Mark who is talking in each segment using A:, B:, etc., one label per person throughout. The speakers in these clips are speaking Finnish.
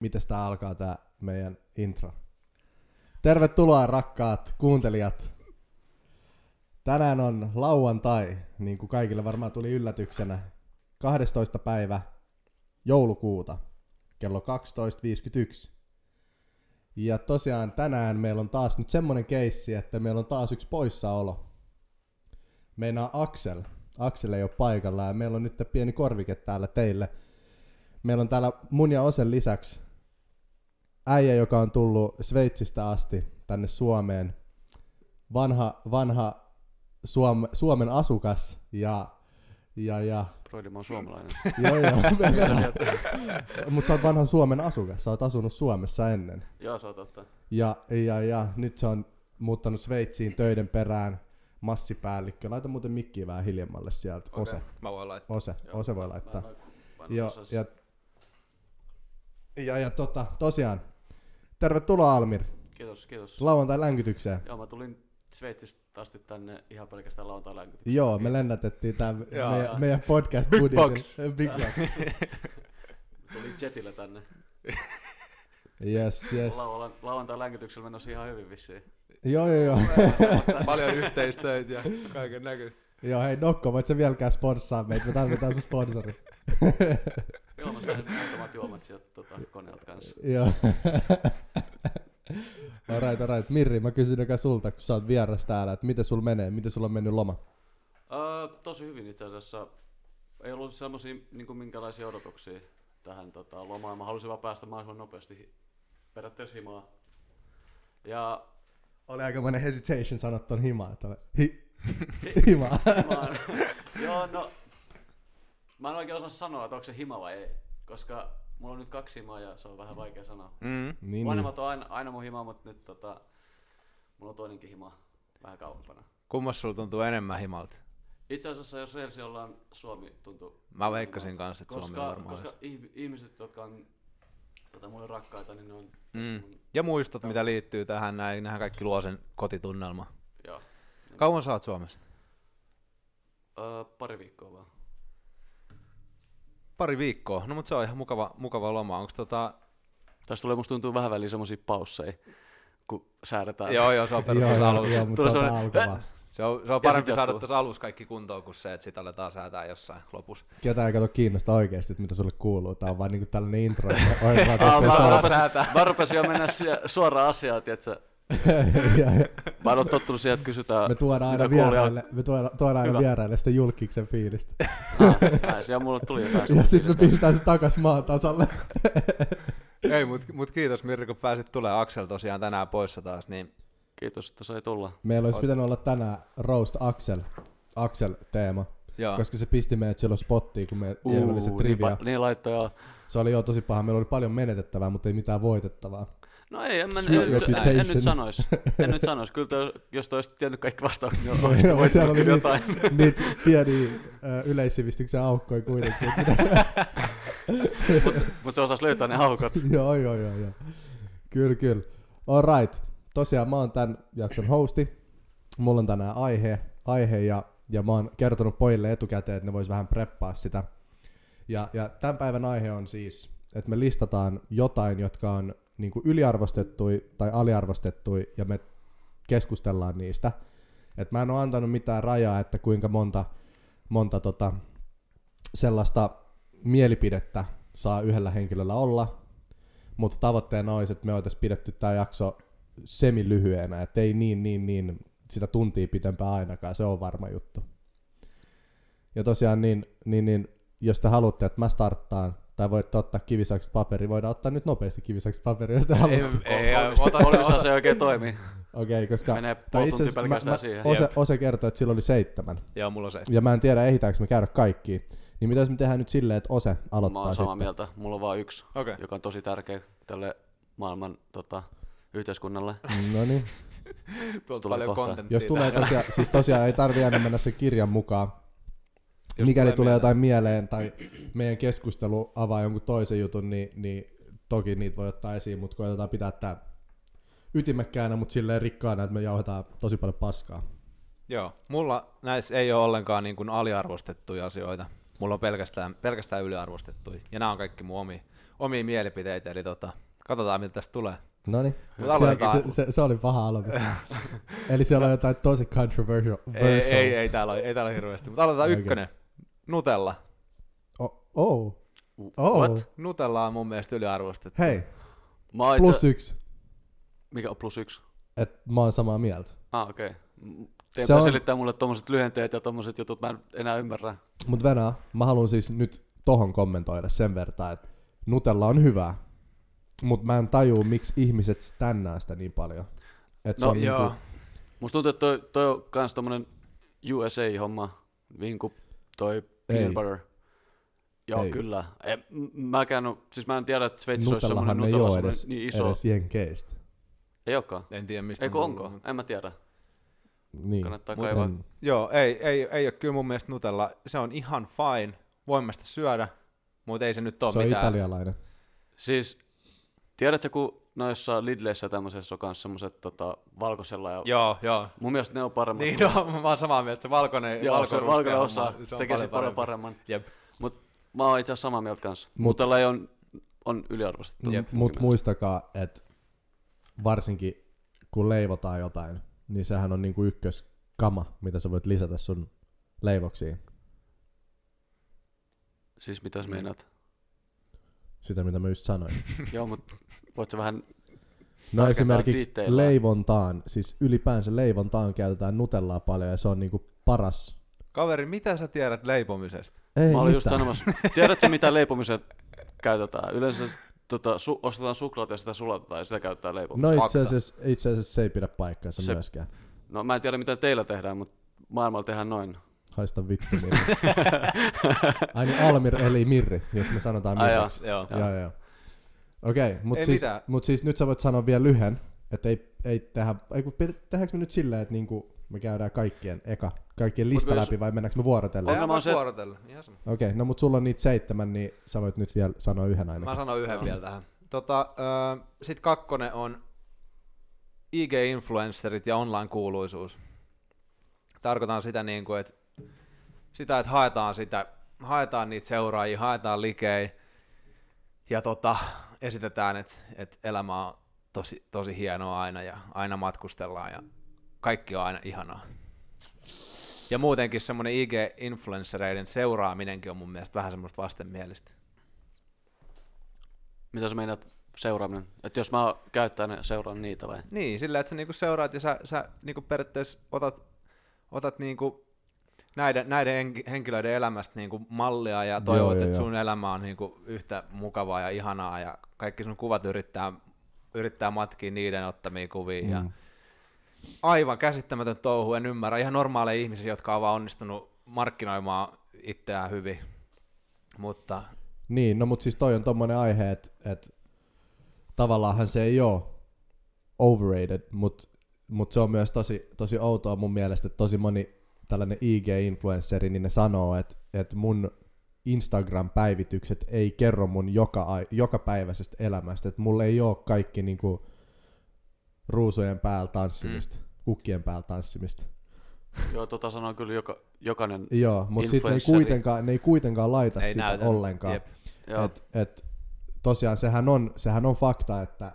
A: miten tää alkaa tää meidän intro. Tervetuloa rakkaat kuuntelijat. Tänään on lauantai, niin kuin kaikille varmaan tuli yllätyksenä, 12. päivä joulukuuta, kello 12.51. Ja tosiaan tänään meillä on taas nyt semmonen keissi, että meillä on taas yksi poissaolo. Meinaa Aksel. Aksel ei ole paikalla ja meillä on nyt pieni korvike täällä teille. Meillä on täällä mun ja Osen lisäksi äijä, joka on tullut Sveitsistä asti tänne Suomeen. Vanha, vanha Suom- Suomen asukas ja, ja, ja
B: Broidi, mä oon suomalainen.
A: Joo, joo. Mutta sä oot vanhan Suomen asukas, sä oot asunut Suomessa ennen.
B: Joo, se on totta.
A: Ja, ja, ja nyt se on muuttanut Sveitsiin töiden perään massipäällikkö. Laita muuten mikkiä vähän hiljemmalle sieltä. Ose,
C: Okei, Mä voin laittaa.
A: Ose, Ose voi laittaa. Ja,
B: Vanhus-
A: ja, ja, ja tota, tosiaan, tervetuloa Almir,
B: Kiitos, kiitos.
A: lauantai länkytykseen.
B: Joo, mä tulin Sveitsistä asti tänne ihan pelkästään lauantai länkyt.
A: Joo, me lennätettiin tämä
C: Joo,
A: meidän,
B: joo.
A: meidän podcast
C: Big
A: budjetin.
C: bucks.
A: Big bucks.
B: Tulin jetillä tänne.
A: Yes, yes.
B: Laula, lauantai länkytyksellä menossa ihan hyvin vissiin.
A: Joo, joo, joo.
C: Paljon yhteistöitä ja kaiken näköistä.
A: Joo, hei Nokko, voit sä vieläkään sponssaa meitä, me tarvitaan sun sponsori.
B: Joo, mä sain muutamat juomat sieltä tota, koneelta kanssa.
A: Joo. alright, alright. Mirri, mä kysyn joka sulta, kun sä oot vieras täällä, että miten sul menee, miten sulla on mennyt loma?
B: Öö, tosi hyvin itse asiassa. Ei ollut semmosia niin minkälaisia odotuksia tähän tota, lomaan. Mä halusin vaan päästä mahdollisimman nopeasti hi- periaatteessa himaan. Ja
A: Oli aikamoinen hesitation sanoa ton himaa, että hi, hima.
B: Mä oon- Joo, no... Mä en oikein osaa sanoa, että onko se hima vai ei. Koska mulla on nyt kaksi himaa ja se on vähän vaikea sanoa.
C: Mm.
A: niin, niin.
B: Vanhemmat on aina, aina mun himaa, mutta nyt tota, mulla on toinenkin hima vähän kauempana.
C: Kummas sulla tuntuu enemmän himalta?
B: Itse asiassa jos rehellisiä ollaan, Suomi tuntuu...
C: Mä veikkasin kanssa, että
B: koska,
C: Suomi on varmaan
B: Koska
C: olisi.
B: ih- ihmiset, jotka on tota, mulle rakkaita, niin ne on...
C: Mm. Ja muistot, mitä liittyy tähän näin, nähän kaikki luo sen kotitunnelma.
B: Joo.
C: Kauan sä oot Suomessa?
B: Öö, pari viikkoa vaan.
C: Pari viikkoa. No mut se on ihan mukava, mukava loma. Onks tota...
B: Tässä tulee musta tuntuu vähän väliin semmosia pausseja, kun säädetään.
C: Joo joo, se on perus tässä
A: joo,
C: alussa.
A: joo, mutta se on
B: Tulee
A: tää
B: sellainen-
A: alkuvaa.
C: Se on, se on parempi
B: sitten
C: saada
B: jatkuu.
C: tässä alussa kaikki kuntoon kuin se, että sit aletaan säätää jossain lopussa.
A: Ketään ei kato kiinnosta oikeesti, että mitä sulle kuuluu. Tää on vaan niinku tällainen intro. että Oi, vaan
B: Aa,
A: tarvitsee
B: mä,
A: sanoa.
B: rupesin, mä rupesin jo mennä sie- suoraan asiaan, tietsä.
A: Ja- ja
B: Mä en ole tottunut siihen, että kysytään...
A: Me tuodaan aina
B: mitä kuulijat-
A: vieraille, me tuodaan, tuodaan aina
B: Hyvä.
A: vieraille sitä julkiksen fiilistä.
B: Ah, ai, siellä mulle tuli jotain.
A: Ja sitten me pistetään se takas maan tasalle.
C: Ei, mut, mut kiitos Mirri, kun pääsit tulemaan. Aksel tosiaan tänään poissa taas, niin
B: Kiitos, että sai tulla.
A: Meillä olisi pitänyt olla tänään Roast Axel, Axel-teema,
C: joo.
A: koska se pisti meidät silloin spottiin, kun me uh, oli se
B: niin,
A: trivia.
B: pa- niin laittoi joo.
A: Se oli jo tosi paha, meillä oli paljon menetettävää, mutta ei mitään voitettavaa.
B: No ei, en, mä,
A: Sweet
B: en, nyt, en,
A: reputation.
B: en nyt sanois. En nyt sanois. Kyllä toi, jos toi olisit tiennyt kaikki vastaukset, niin
A: No,
B: olisit
A: joo,
B: voinut
A: siellä oli
B: kyllä
A: niitä,
B: jotain.
A: niitä pieniä ö, yleissivistyksen aukkoja kuitenkin.
B: Mutta se osasi löytää ne aukot.
A: joo, joo, joo, joo. Kyllä, kyllä. Alright. Tosiaan mä oon tämän jakson hosti. Mulla on tänään aihe, aihe ja, ja mä oon kertonut pojille etukäteen, että ne vois vähän preppaa sitä. Ja, ja tämän päivän aihe on siis, että me listataan jotain, jotka on niin yliarvostettui tai aliarvostettui ja me keskustellaan niistä. Et mä en ole antanut mitään rajaa, että kuinka monta, monta tota, sellaista mielipidettä saa yhdellä henkilöllä olla, mutta tavoitteena olisi, että me oltaisiin pidetty tämä jakso semilyhyenä, että ei niin, niin, niin sitä tuntia pitempää ainakaan, se on varma juttu. Ja tosiaan niin, niin, niin jos te haluatte, että mä starttaan, tai voitte ottaa kivisakset paperi, voidaan ottaa nyt nopeasti kivisakset paperi, jos te
C: Ei,
A: haluatte.
C: ei,
B: Ol- olista-
C: ota, se,
B: olista
C: ota,
B: se oikein toimii.
A: Okei, okay, koska...
B: Menee puoli
A: itse asiassa
B: tuntia pelkästään siihen.
A: Ose, Ose kertoi, että sillä oli seitsemän.
C: Joo, mulla on se.
A: Ja mä en tiedä, ehditäänkö me käydä kaikki. Niin mitä jos me tehdään nyt silleen, että Ose
B: Mä
A: aloittaa
B: oon samaa
A: sitten?
B: mieltä. Mulla on vaan yksi,
C: Okei.
B: joka on tosi tärkeä tälle maailman tota, yhteiskunnalle.
A: No niin.
C: Tuolta
B: Tulee
C: paljon
B: kohta.
C: kontenttia.
A: Jos tulee tosiaan, siis tosiaan ei tarvi aina mennä sen kirjan mukaan. Jos Mikäli tulee,
C: tulee mieleen.
A: jotain mieleen tai meidän keskustelu avaa jonkun toisen jutun, niin, niin toki niitä voi ottaa esiin, mutta koitetaan pitää tää ytimekkäänä, mutta silleen rikkaana, että me jauhetaan tosi paljon paskaa.
C: Joo, mulla näissä ei ole ollenkaan niin kuin aliarvostettuja asioita. Mulla on pelkästään, pelkästään yliarvostettuja. Ja nämä on kaikki mun omi, omia mielipiteitä, eli tota, katsotaan mitä tästä tulee.
A: No niin.
C: Mut aloitetaan.
A: Se, se, se, oli paha aloitus. Eli siellä on jotain tosi controversial.
C: Ei, ei, ei, täällä ole, ei täällä ole hirveästi, mutta aloitetaan
A: Okei.
C: okay. ykkönen. Nutella.
A: Oh, oh. oh.
B: What?
C: Nutella on mun mielestä yliarvostettu.
A: Hei,
B: Mä oon
A: plus
B: itse,
A: yksi.
B: mikä on plus yksi?
A: Et mä oon samaa mieltä.
B: Ah, okei. Okay.
A: Se
B: Teepä
A: on-
B: on... selittää mulle tommoset lyhenteet ja tommoset jutut, mä en enää ymmärrä.
A: Mut Venä, mä haluan siis nyt tohon kommentoida sen verran, että Nutella on hyvää. Mut mä en tajuu, miksi ihmiset stännää sitä niin paljon. Et se
B: No,
A: on
C: Joo.
A: Niinku,
B: Musta tuntuu, että toi, toi on kans tommonen USA-homma, niin kuin toi
A: Ei.
B: peanut butter. Joo,
A: Ei.
B: ei. kyllä. En, m- mäkään on, siis mä en tiedä, että Sveitsissä olisi semmonen
A: Nutellahan ei
B: Nutella
A: oo
B: semmonen
A: edes,
B: niin iso.
A: edes jenkeistä.
B: Ei olekaan.
C: En tiedä mistä.
B: Eikö
C: ne-
B: onko? En mä tiedä.
A: Niin.
B: Kannattaa
A: Mut
B: kaivaa.
A: en-
C: Joo, ei, ei, ei ole kyllä mun mielestä Nutella. Se on ihan fine. Voimme sitä syödä, mutta ei se nyt ole
A: Se on
C: mitään.
A: italialainen.
B: Siis, tiedätkö, kun noissa Lidleissä ja tämmöisessä on kans semmoset tota, valkoisella ja
C: Joo, joo.
B: Mun mielestä ne on paremmat.
C: Niin, no, mä oon samaa mieltä. Se valkoinen,
B: Joo, se
C: valkoruskea
B: valkoinen
C: homma,
B: osa
C: se on
B: tekee sen paljon paremman.
C: Jep.
B: Mut mä oon itse asiassa samaa mieltä kanssa.
A: Mut-
B: Mutta tällä ei on, on yliarvostettu.
A: Jep, Mut muistakaa, että varsinkin kun leivotaan jotain, niin sehän on niinku ykköskama, mitä sä voit lisätä sun leivoksiin.
B: Siis mitä sä meinaat?
A: Sitä, mitä mä just sanoin.
B: Joo, mut voit sä vähän...
A: No
B: Tarkentaa
A: esimerkiksi
B: detailaa.
A: leivontaan, siis ylipäänsä leivontaan käytetään nutellaa paljon ja se on niinku paras.
C: Kaveri, mitä sä tiedät leipomisesta?
A: Ei
B: Mä olin just
A: mitään.
B: sanomassa, tiedätkö mitä leipomiseen käytetään? Yleensä s- tota, su- ostetaan suklaata ja sitä sulatetaan ja sitä käytetään leipomiseen.
A: No itse
C: Fakta.
A: asiassa, itse asiassa se ei pidä paikkaansa se...
B: Se-
A: myöskään.
B: No. mä en tiedä mitä teillä tehdään, mutta maailmalla tehdään noin.
A: Haista vittu Mirri. Ai niin, Almir eli Mirri, jos me sanotaan
B: Ai joo,
A: Mirriksi.
C: joo.
A: joo. joo. Okei, okay, mutta
C: Ei
A: siis,
C: mitään.
A: mut siis nyt sä voit sanoa vielä lyhen, että ei, ei tehdä, ei kun pid- tehdäänkö me nyt silleen, että niinku me käydään kaikkien eka, kaikkien lista
B: jos-
A: läpi vai mennäänkö me vuorotellen?
B: Ongelma on
C: Mä
B: se-
C: vuorotella. Ihan sama.
A: Okei, okay, no mut sulla on niitä seitsemän, niin sä voit nyt vielä sanoa yhden ainakin.
C: Mä sanon yhden vielä tähän. Tota, ö, sit kakkonen on IG-influencerit ja online-kuuluisuus. Tarkoitan sitä, niin kuin, että, sitä, että haetaan, sitä, haetaan niitä seuraajia, haetaan likei ja tota, esitetään, että, että elämä on tosi, tosi hienoa aina ja aina matkustellaan ja kaikki on aina ihanaa. Ja muutenkin semmoinen IG-influenssereiden seuraaminenkin on mun mielestä vähän semmoista vastenmielistä.
B: Mitä sä meinaat seuraaminen? Että jos mä käyttäen seuraan niitä vai?
C: Niin, sillä että sä niinku seuraat ja sä, sä niinku periaatteessa otat, otat niinku näiden, näiden henki- henkilöiden elämästä niinku mallia ja toivot,
A: joo,
C: että
A: joo.
C: sun elämä on niinku yhtä mukavaa ja ihanaa ja kaikki sun kuvat yrittää, yrittää matkia niiden ottamia kuvia. Mm. Ja aivan käsittämätön touhu, en ymmärrä. Ihan normaaleja ihmisiä, jotka on vaan onnistunut markkinoimaan itseään hyvin. Mutta
A: Niin, no mut siis toi on tommonen aihe, että et, tavallaanhan se ei oo overrated, mut, mut se on myös tosi, tosi outoa mun mielestä, että tosi moni tällainen IG-influenceri, niin ne sanoo, että et mun Instagram-päivitykset ei kerro mun joka, ai- jokapäiväisestä elämästä, että mulla ei oo kaikki niinku ruusujen päällä tanssimista, mm. kukkien päällä tanssimista.
B: Joo, tota sanoo kyllä joka, jokainen.
A: Joo, mutta sitten ne, ei
B: Influenssari.
A: kuitenkaan- ne ei kuitenkaan laita
C: Ei
A: sitä
C: näytä.
A: ollenkaan.
C: Jep.
B: Joo.
A: Et, et, tosiaan sehän on, sehän on fakta, että,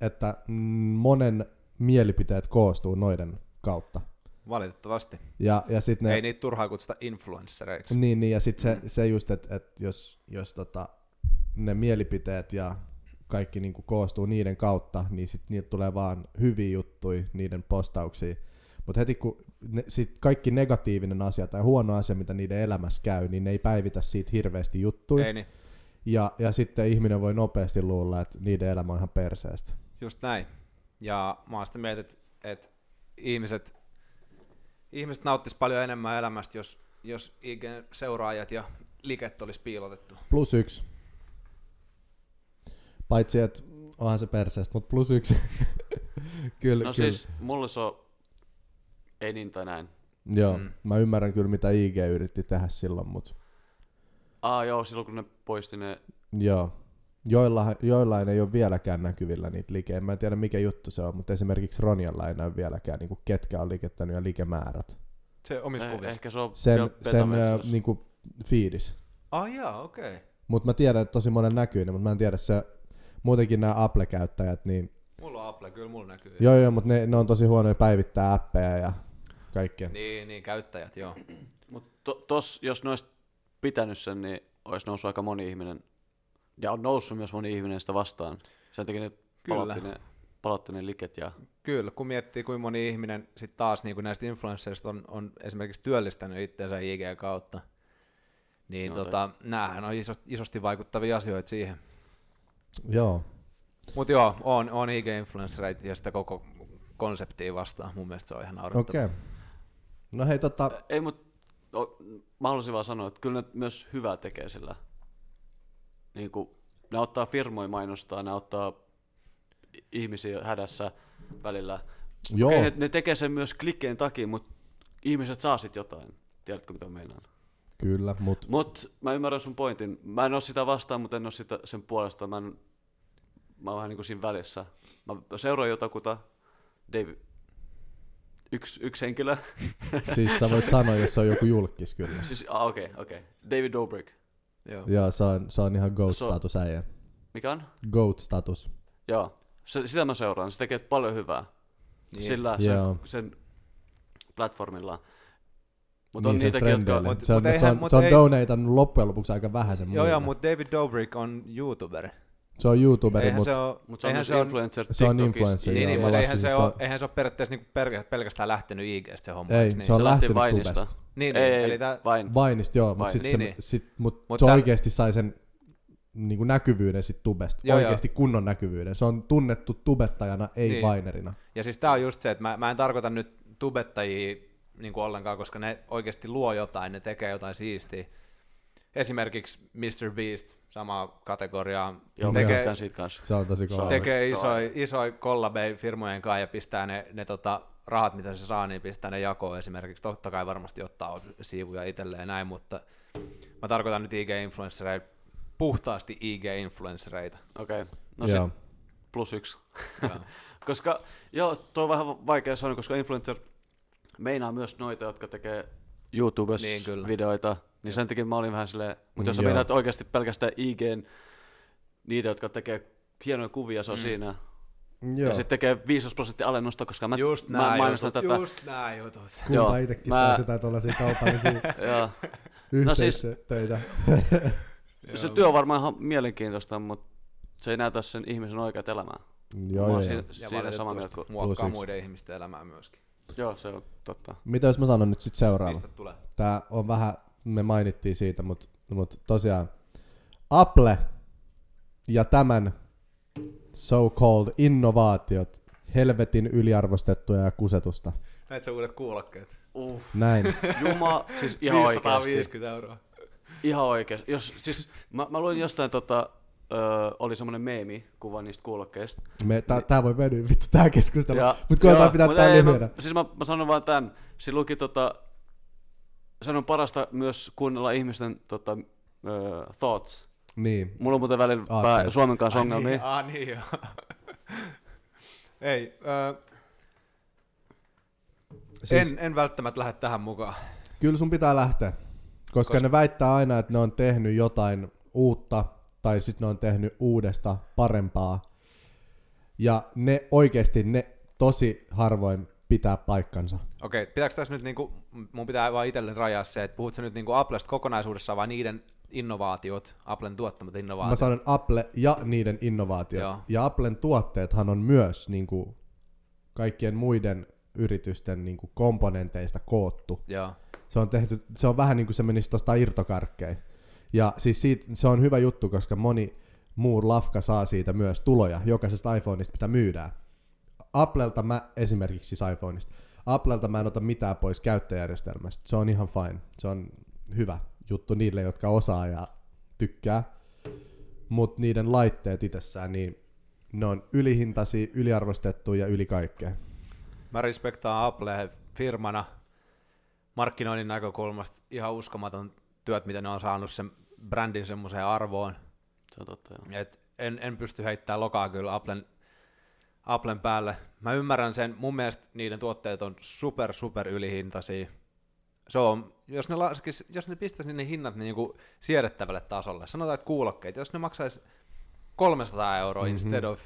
A: että mm, monen mielipiteet koostuu noiden kautta.
C: valitettavasti
A: Ja, ja sitten
C: ne.
A: ne...
C: ei niitä turhaa kutsuta influenssereiksi.
A: Niin, niin, ja sitten se, se just, että et jos, jos tota, ne mielipiteet ja kaikki niinku koostuu niiden kautta, niin sitten niitä tulee vaan hyviä juttuja niiden postauksiin. Mutta heti kun ne, sit kaikki negatiivinen asia tai huono asia, mitä niiden elämässä käy, niin ne ei päivitä siitä hirveästi juttuja.
C: Ei niin.
A: Ja, ja sitten ihminen voi nopeasti luulla, että niiden elämä on ihan perseestä.
C: Just näin. Ja mä oon sitä mieltä, että, että ihmiset, ihmiset nauttis paljon enemmän elämästä, jos, jos IGN seuraajat ja liket olisi piilotettu.
A: Plus yksi. Paitsi, että onhan se perseestä, mutta plus yksi. kyllä,
B: No
A: kyllä.
B: siis, mulle se on ei niin tai näin.
A: Joo, mm.
C: Mm.
A: mä ymmärrän kyllä mitä IG yritti tehdä silloin, mutta
B: Aa joo, silloin kun ne poisti ne,
A: joo. Joilla, joillain ei ole vieläkään näkyvillä niitä likejä. Mä en tiedä mikä juttu se on, mutta esimerkiksi Ronjalla ei näy vieläkään, niin kuin ketkä on likettänyt ja likemäärät.
C: Se omissa
B: eh,
C: kuvissa.
B: ehkä se on
A: Sen,
B: jo
A: sen
B: betaversios.
A: äh, niin kuin, fiidis.
C: Ai jaa, okei. Okay.
A: Mutta mä tiedän, että tosi monen näkyinen, mutta mä en tiedä se, muutenkin nämä Apple-käyttäjät, niin
C: Mulla on Apple, kyllä mulla näkyy.
A: joo joo, mutta ne, ne, on tosi huonoja päivittää appeja ja kaikkea.
C: Niin, niin, käyttäjät, joo.
B: Mutta to, tos, jos ne olisi pitänyt sen, niin olisi noussut aika moni ihminen. Ja on noussut myös moni ihminen sitä vastaan. Sen takia ne
C: Kyllä.
B: palautti ne, palautti ne liket ja
C: Kyllä, kun miettii, kuinka moni ihminen sit taas niin kuin näistä influensseista on, on esimerkiksi työllistänyt itsensä IG kautta, niin
B: Joo,
C: tota, näähän on iso, isosti vaikuttavia asioita siihen.
A: Joo.
C: Mutta joo, on, on IG-influenssereita ja sitä koko konseptia vastaan. Mun mielestä se on ihan naurettava.
A: Okei. Okay. No hei tota,
B: Ei, mutta mä haluaisin vaan sanoa, että kyllä ne myös hyvää tekee sillä. Niin kuin, ne ottaa firmoja mainostaa, ne ottaa i- ihmisiä hädässä välillä.
A: joo.
B: Okei, ne, ne tekee sen myös klikkeen takia, mutta ihmiset saa sit jotain. Tiedätkö mitä meinaan?
A: Kyllä, mut
B: Mut mä ymmärrän sun pointin. Mä en oo sitä vastaan, mutta en oo sitä sen puolesta. Mä, en, mä oon vähän niinku siinä välissä. Mä seuraan jotakuta. David. Yksi, yksi henkilö.
A: siis sä voit sanoa, jos se on joku julkis kyllä.
B: siis, ah, okei, okay, okei. Okay. David Dobrik.
C: Joo.
A: Joo, se on, se on ihan
B: Se-
A: GOAT-status äijä.
B: Mikä on?
A: GOAT-status.
B: Joo, se, sitä mä seuraan. Se tekee paljon hyvää
C: Niin.
B: niin. sillä
A: Joo.
B: sen, sen platformillaan. Mutta
A: niin
B: on
A: sen
B: niitäkin, jotka
A: frendeille.
B: on...
C: Mut-
A: se on,
C: mut eihän-
A: se on,
C: mut
A: se on
C: ei-
A: donatannut loppujen lopuksi aika vähäisen
C: Joo, joo,
A: muille.
C: mutta David Dobrik on YouTuber.
A: Se on YouTuberi,
C: Eihän se
A: mutta
C: ole,
B: Mutta se on
C: eihän
B: myös
C: se on,
B: influencer
A: se on
B: TikTokissa.
A: influencer,
C: niin,
A: joo.
C: niin,
A: Mä
C: mutta eihän,
A: laskin,
C: se
A: se
C: ole,
A: on-
C: eihän se ole periaatteessa niinku per, pelkästään lähtenyt IGstä se homma.
A: Ei,
C: eiks niin?
A: se on
B: Se
A: lähtenyt
B: lähti Vainista.
A: tubesta.
C: Niin,
B: ei,
C: niin,
B: ei,
C: eli tää-
B: Vain.
A: Vainista joo, mutta
B: Vain,
A: sit,
C: niin,
A: se,
C: niin.
A: Sit, mut
C: Mut
A: se
C: tän-
A: oikeesti sai sen niinku näkyvyyden sit tubesta.
C: Joo, joo.
A: oikeesti kunnon näkyvyyden. Se on tunnettu tubettajana, ei
C: Niin.
A: vainerina.
C: Ja siis tää on just se, että mä, mä en tarkoita nyt tubettajia niin kuin ollenkaan, koska ne oikeasti luo jotain, ne tekee jotain siistiä. Esimerkiksi Mr. Beast, samaa kategoriaa,
B: Joo, mä
C: tekee,
B: tykkään siitä kanssa.
A: Se on tosi kova.
B: Teke-
C: tekee
B: Se on
C: isoja isoi kollabeja firmojen kanssa ja pistää ne, ne tota, rahat, mitä se saa, niin pistää ne jakoon esimerkiksi. Totta kai varmasti ottaa siivuja itselleen ja näin, mutta mä tarkoitan nyt IG-influenssereita, puhtaasti IG-influenssereita.
B: Okei, okay. no
A: Joo.
B: sit plus yksi. koska, joo, toi on vähän vaikea sanoa, koska influencer meinaa myös noita, jotka tekee YouTubessa
C: Niin, kyllä.
B: videoita, niin sen takia mä olin vähän silleen, mutta jos sä
A: Joo.
B: meinaat oikeasti pelkästään IGn, niitä, jotka tekee hienoja kuvia, se on mm. siinä.
A: Joo.
B: Ja sitten tekee 15 prosenttia alennusta, koska mä,
C: Just
B: mä
C: nää
B: mainostan
C: jutut,
B: tätä.
C: just nää jutut.
A: Kuinka
B: joo,
A: itekin
B: mä-
A: saa sitä tuollaisia kaupallisia
C: siis-
B: Joo. No siis-
A: yhteistöitä.
B: Se työ on varmaan ihan mielenkiintoista, mutta se ei näytä sen ihmisen oikeat elämää.
A: Joo,
B: mä oon
A: joo,
B: siinä,
A: joo.
C: Ja
B: siinä samaa mieltä kuin...
C: valitettavasti muokkaa
A: Plus yksi.
C: muiden ihmisten elämää myöskin.
B: Joo, se on totta.
A: Mitä jos mä sanon nyt sit seuraava?
C: Mistä tulee?
A: Tää on vähän, me mainittiin siitä, mutta mut tosiaan Apple ja tämän so-called innovaatiot, helvetin yliarvostettuja ja kusetusta.
C: Näit sä uudet kuulokkeet?
B: Uh,
A: Näin.
B: Juma, siis ihan oikeasti.
C: euroa.
B: Ihan oikeesti. Jos, siis, mä, mä luin jostain, tota, ö, oli semmoinen meemi kuva niistä kuulokkeista.
A: Me, tää, tää voi venyä vittu tää keskustelu,
B: Ja-
A: mut koetaan
B: joo,
A: pitää
B: mut
A: tää
B: ei, mä-
A: lyhyenä.
B: Siis mä, mä sanon vaan tän. Siinä luki tota, sen on parasta myös kuunnella ihmisten tota, ö, thoughts.
A: Niin.
B: Mulla on muuten välillä
A: Aa,
B: pää,
A: okei.
B: Suomen kanssa ongelmia.
C: Niin, ah, niin joo. Ei, ö,
A: Siis,
C: en, en välttämättä lähde tähän mukaan.
A: Kyllä sun pitää lähteä, koska, koska ne väittää aina, että ne on tehnyt jotain uutta tai sitten ne on tehnyt uudesta parempaa. Ja ne oikeasti, ne tosi harvoin pitää paikkansa.
C: Okei, pitääkö tässä nyt, niinku, mun pitää vaan itselle rajaa se, että puhutko nyt niinku Applesta kokonaisuudessaan vai niiden innovaatiot, Applen tuottamat
A: Mä
C: innovaatiot?
A: sanon Apple ja niiden innovaatiot.
C: Joo.
A: Ja Applen tuotteethan on myös niin kuin, kaikkien muiden yritysten niin kuin, komponenteista koottu.
C: Joo,
A: Se on, tehty, se on vähän niin kuin se menisi tuosta irtokarkkeen. Ja siis siitä, se on hyvä juttu, koska moni muu lafka saa siitä myös tuloja, jokaisesta iPhoneista, mitä myydään. Applelta mä, esimerkiksi siis iPhoneista, Applelta mä en ota mitään pois käyttöjärjestelmästä. Se on ihan fine. Se on hyvä juttu niille, jotka osaa ja tykkää. Mutta niiden laitteet itsessään, niin ne on ylihintaisia, yliarvostettuja ja yli kaikkea.
C: mä respektaan Applea firmana markkinoinnin näkökulmasta ihan uskomaton työt, mitä ne on saanut sen brändin semmoiseen arvoon.
B: Se on totta, joo.
C: Et en, en pysty heittämään lokaa kyllä Applen, Applen päälle. Mä ymmärrän sen. Mun mielestä niiden tuotteet on super, super ylihintaisia. se on, jos ne, laskis, jos ne pistäisi ne hinnat niin kuin siedettävälle tasolle, sanotaan, että kuulokkeet, jos ne maksaisi 300 euroa
A: Mhm.
C: mm-hmm. instead of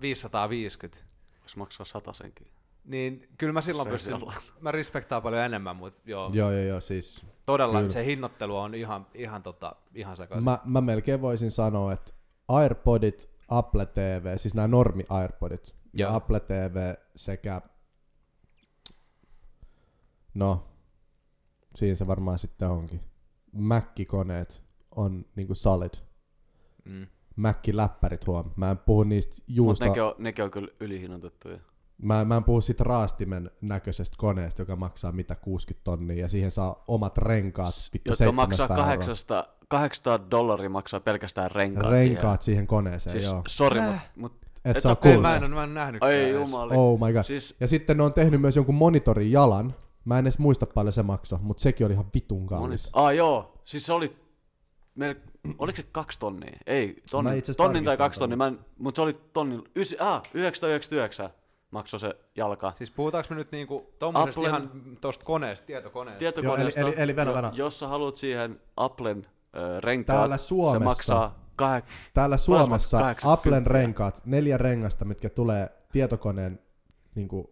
C: 550,
B: Voisi maksaa satasenkin.
C: niin kyllä mä silloin
B: Se
C: pystyn,
B: siellä on.
C: mä respektaan paljon enemmän, mutta joo,
A: Joo, joo, joo, siis
C: todella
A: kyllä.
C: se hinnoittelu on ihan, ihan, tota, ihan sekaisin.
A: mä, mä melkein voisin sanoa, että AirPodit, Apple TV, siis nämä normi AirPodit,
C: Joo.
A: ja Apple TV sekä, no, siinä se varmaan sitten onkin. Mac-koneet on niinku solid.
C: Mm.
A: Mac-läppärit huom. Mä en puhu niistä
B: Mutta
A: juusta,
B: nekin on, nekin on kyllä ylihinnoitettuja.
A: mä, mä en puhu siitä raastimen näköisestä koneesta, joka maksaa mitä 60 tonnia ja siihen saa omat renkaat, vittu
B: Jotka maksaa
A: 700 euroa.
B: 800, 800 dollaria maksaa pelkästään renkaat,
A: renkaat siihen koneeseen,
B: siihen.
A: siis, joo.
B: Siis sori,
C: Äh.
B: mutta mut,
A: Et,
B: et
A: saa
B: sä oo
C: Ei,
A: kuulla.
C: mä en, oo- mä en nähnyt
B: ai jumali.
A: Oh my god.
B: Siis
A: Ja sitten ne on tehnyt myös jonkun monitorin jalan. Mä en edes muista paljon se maksoi, mutta sekin oli ihan vitun
B: Monis.
A: kallis.
B: Ah joo, siis se oli, meil, oliko se kaksi tonnia? Ei, tonni,
A: Mä itse asiassa
B: tonnin tai
A: tarkistan
B: kaksi tonnia, mä en, mut se oli tonnin, ysi, ah, 999 maksoi se jalka.
C: Siis puhutaanko me nyt niinku tommosesta
B: Applen-
C: ihan tosta koneesta, tietokoneesta?
A: Joo, eli,
B: Tietokoneesta,
A: eli, eli venä, venä.
B: jos sä haluat siihen Applen ö, renkaat,
A: Täällä Suomessa.
B: se maksaa kahek...
A: Täällä Suomessa
B: 80.
A: Applen renkaat, neljä rengasta, mitkä tulee tietokoneen niin kuin,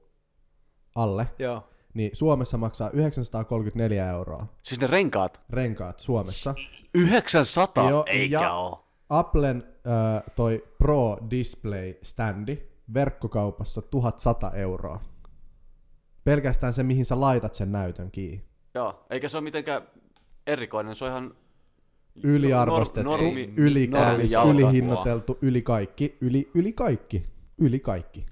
A: alle,
C: Joo.
A: niin Suomessa maksaa 934 euroa.
B: Siis ne renkaat,
A: Renkaat Suomessa.
B: 900,
A: Joo,
B: eikä
A: ja-
B: oo.
A: Applen äh, toi Pro Display standi verkkokaupassa 1100 euroa. Pelkästään se, mihin sä laitat sen näytön kiinni.
B: Joo, eikä se ole mitenkään erikoinen, se on ihan
A: Yliarvostettu,
B: Nor- normi-
A: ylikallis,
B: normijalka.
A: ylihinnoiteltu, yli kaikki, yli, yli kaikki, yli kaikki.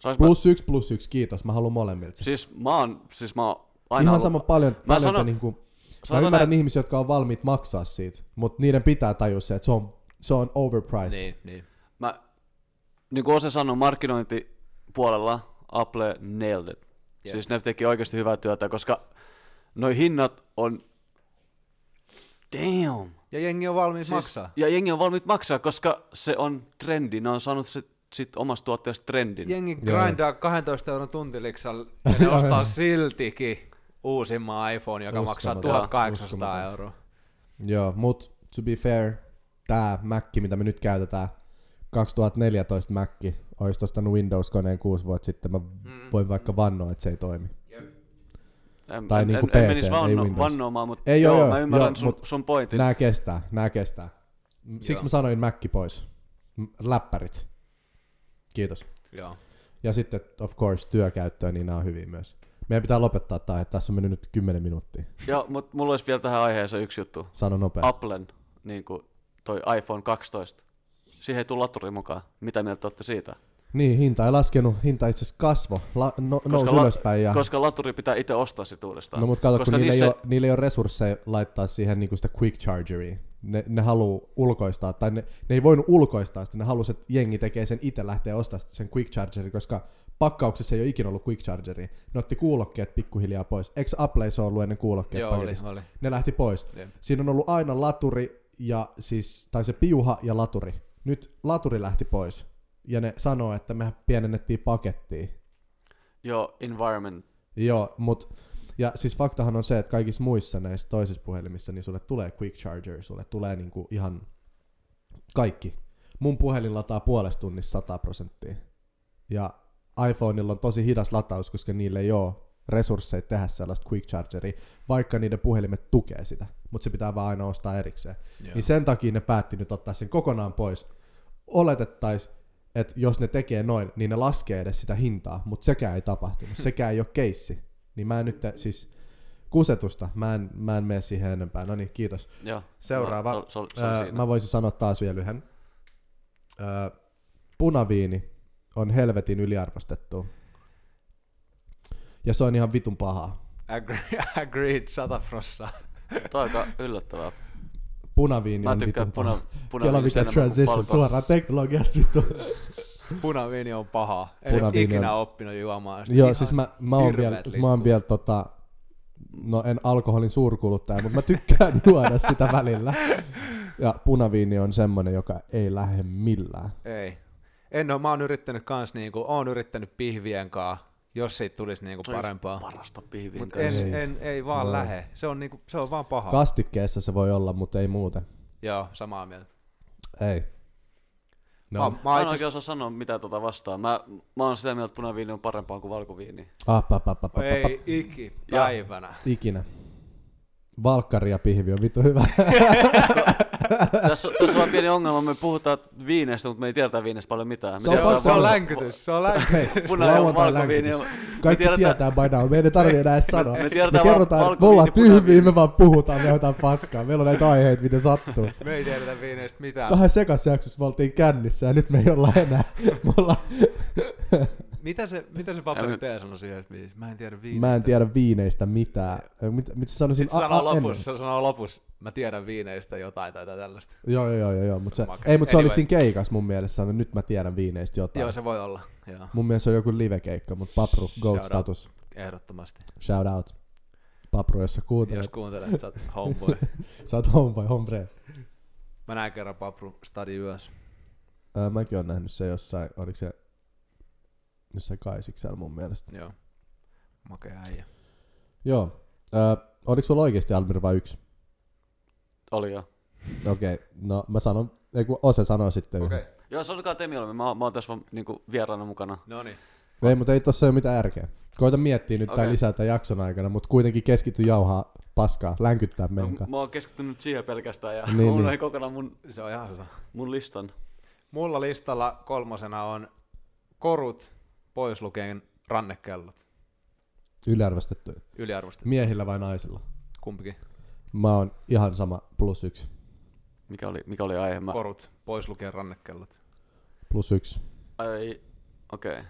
B: Sais mä,
A: Plus yksi, plus yksi, kiitos, mä haluan molemmilta. sen.
B: siis mä oon, siis mä oon aina
A: Ihan
B: ollut-
A: sama paljon, mä, paljon sanon,
B: sanon-
A: niin kuin, mä
B: sanotaan
A: ymmärrän
B: näin-
A: ihmisiä, jotka on valmiit maksaa siitä, mutta niiden pitää tajua se, että se on, se on overpriced.
C: Niin, niin.
B: mä, niin kuin Ose sanoi, markkinointipuolella Apple nailed it.
C: Jep.
B: Siis ne teki oikeasti hyvää työtä, koska noi hinnat on... Damn!
C: Ja jengi on valmis siis...
B: Siis-
C: maksaa.
B: Ja jengi on valmiit maksaa, koska se on trendi. Ne on saanut sit, sit omasta tuotteesta trendin.
C: Jengi
A: Joo, joo.
C: grindaa 12 euron tuntiliksalla ja ne ostaa siltikin uusimman iPhone, joka maksaa
A: Uskomatonta.
C: 1800
A: Uskomatonta.
C: euroa.
A: Joo, mut to be fair, tää Mac, mitä me nyt käytetään, 2014 Mac, ois ostanut Windows-koneen kuusi vuotta sitten, mä
B: Mm.
A: voin vaikka vannoa, että se ei toimi.
B: En,
A: tai
B: en,
A: niinku
B: en,
A: PC,
B: en menisi
A: ei
B: vanno,
A: Windows.
B: vannomaan, mutta
A: Ei, joo,
B: joo,
A: joo,
B: mä ymmärrän
A: joo,
B: sun,
A: mut-
B: sun pointin.
A: Nää kestää, nää kestää. M- Siksi
C: Joo.
A: mä sanoin Mac pois. M- Läppärit. Kiitos.
C: Joo.
A: Ja sitten, of course, työkäyttöön, niin nämä on hyviä myös. Meidän pitää lopettaa tämä, että tässä on mennyt nyt 10 minuuttia.
B: Joo, mutta mulla olisi vielä tähän aiheeseen yksi juttu.
A: Sano nopeasti.
B: Applen, niin kuin toi iPhone 12. Siihen ei tule laturi mukaan. Mitä mieltä olette siitä?
A: Niin, hinta ei laskenut, hinta itse asiassa kasvo, la- no, nousi
B: la-
A: ylöspäin. Ja...
B: Koska laturi pitää itse ostaa sit uudestaan.
A: No mut kato,
B: koska niin
A: kun niillä,
B: niissä-
A: ei ole, niillä ei ole resursseja laittaa siihen niinku sitä quick chargeria. Ne, ne haluu ulkoistaa, tai ne, ne ei voinut ulkoistaa sitä, ne halusi, että jengi tekee sen itse, lähtee ostamaan sit sen quick chargerin, koska pakkauksessa ei ole ikinä ollut quick chargeria. Ne otti kuulokkeet pikkuhiljaa pois. Eikö Appleissa ollut ennen kuulokkeet
C: Joo, oli,
A: paketissa?
C: oli.
A: Ne lähti pois.
C: Jep.
A: Siinä on ollut aina laturi, ja siis, tai se piuha ja laturi. Nyt laturi lähti pois. Ja ne sanoo, että me pienennettiin pakettia.
B: Joo, environment.
A: Joo, mut ja siis faktahan on se, että kaikissa muissa näissä toisissa puhelimissa, niin sulle tulee quick charger, sulle tulee niinku ihan kaikki. Mun puhelin lataa puolessa tunnissa 100 prosenttia. Ja iPhoneilla on tosi hidas lataus, koska niillä ei ole resursseja tehdä sellaista quick chargeria, vaikka niiden puhelimet tukee sitä, mutta se pitää vaan aina ostaa erikseen.
C: Joo.
A: Niin sen takia ne päätti nyt ottaa sen kokonaan pois. Oletettais, että jos ne tekee noin, niin ne laskee edes sitä hintaa, mutta sekään ei tapahtunut. Sekään ei ole keissi. Niin mä en nyt, siis kusetusta, mä en, mä en mene siihen enempää. No niin, kiitos.
B: Joo.
A: Seuraava.
B: No, se, oli- se, oli
A: Öö,
B: siinä.
A: mä voisin sanoa taas vielä yhden. Öö, punaviini on helvetin yliarvostettu. Ja se on ihan vitun pahaa.
C: Agree, agreed, sata prossaa.
B: Toi on aika yllättävää.
A: Punaviini
B: Mä
A: on
B: tykkään
A: vitun
B: puna,
A: paha.
B: puna,
A: Kela mikä transition suoraan teknologiasta vittu.
C: Punaviini on paha. En ole
A: Punaviini
C: ikinä
A: on-
C: oppinut juomaan. sitä.
A: Joo,
C: Ihan-
A: siis mä, mä oon
C: hirveet
A: vielä, mä
C: lipput.
A: oon vielä tota, no en alkoholin suurkuluttaja, mutta mä tykkään juoda sitä välillä. Ja punaviini on semmonen, joka ei lähde millään.
C: Ei. En oo, mä oon yrittänyt kans niinku, oon yrittänyt pihvien kaa jos siitä tulisi niinku
B: Se on just
C: parempaa.
B: Parasta pihvin
C: Mut
B: kanssa.
A: Ei.
C: en, en, ei vaan
A: No.
C: lähe. Se on, niinku, se on vaan paha. Ka-
A: Kastikkeessa se voi olla, mutta ei muuten.
C: Joo, samaa mieltä.
A: Ei.
C: No.
A: No,
C: Mä,
B: Mä
C: mä
B: en
C: itse
B: oikein osaa sanoa mitä tota vastaan. Mä, mä oon sitä mieltä, että punaviini on parempaa kuin valkoviini.
A: ah, pa, pa, pa, pa, pa,
C: ei ikipäivänä.
A: Ikinä. Valkkari ja pihvi on vittu hyvä.
B: tässä, on- tässä on vaan pieni ongelma, me puhutaan viineistä, mutta me ei tiedetä viinestä paljon mitään. Me
A: Se on
B: tiedetään
A: fakta.
C: Se on
B: vaan-
C: länkytys, se on länkytys.
A: Hei,
B: Punainen on
A: lauantai
B: valkoviini.
A: länkytys.
B: Me
A: Kaikki
B: tiedetään-
A: tietää by now, me ei tarvitse enää edes sanoa.
B: me
A: Me,
B: tiedetään vaan
A: kerrotaan, me
B: valkoviini,
A: ollaan tyhmiä,
B: punaviini.
A: me vaan puhutaan, me jotain paskaa. Meillä on näitä aiheita, miten sattuu.
C: Me ei tiedetä viineistä mitään.
A: Kahden sekas jaksossa me oltiin kännissä ja nyt me ei olla enää. Me ollaan,
C: Mitä se, mitä se
B: Älä
C: paperi
B: nyt-
C: tee sanoi siihen, että viis- mä en tiedä viineistä.
A: mä en tiedä viineistä mitään. Mitä mit sä sanoisin?
C: Sitten se
A: A-
C: sanoo
A: a- ennen?
C: lopussa, se sanoo lopussa, mä tiedän viineistä jotain tai jotain tällaista.
A: Joo, joo, joo, joo, joo. Mut
C: Se
A: se,
C: on makea.
A: ei, mutta se oli
C: Anyway.
A: siinä keikas mun mielestä sanoi, nyt mä tiedän viineistä jotain.
C: Joo, se voi olla. Joo,
A: Mun mielestä se on joku livekeikka, mutta Papru,
C: Shout
A: goat
C: out.
A: status,
C: ehdottomasti.
A: shout out. Papru, jos sä kuuntelet,
C: Jos kuuntelet, sä oot homeboy.
A: sä oot home vai hombre.
C: Mä näin kerran Papru Stadi yössä.
A: Ää, mäkin oon nähnyt se jossain, oliko se jossain Kaisiksella mun mielestä.
C: Joo. Makea äijä.
A: Joo. Ää, oliko sulla oikeesti Almir vai yksi?
B: Oli joo.
A: Okei, okay. no mä sanon, ei kun Ose sanoo sitten okay.
B: Joo, se olikaa Temiolmi. Mä, mä oon tässä vaan niinku vieraana mukana.
C: Noniin.
A: Ei, mutta ei tossa ole mitään järkeä. Koita miettiä nyt okay. tää
B: Okei.
A: lisää tän jakson aikana, mutta kuitenkin keskity jauhaa paskaa, länkyttää menkaa.
C: No.
B: Mä oon keskittynyt siihen pelkästään ja
A: Niin,
B: niin, mun
A: niin.
B: niin. kokonaan mun,
C: Se on ihan hyvä.
B: mun listan.
C: Mulla listalla kolmosena on korut, pois lukien rannekellot.
A: Yliarvostettuja.
C: Yliarvostettu.
A: Miehillä vai naisilla?
C: Kumpikin.
A: Mä oon ihan sama, plus yksi.
B: Mikä oli, mikä oli aihe? Mä,
C: Korut, pois lukien rannekellot.
A: Plus yksi.
B: ai, okei. Okay.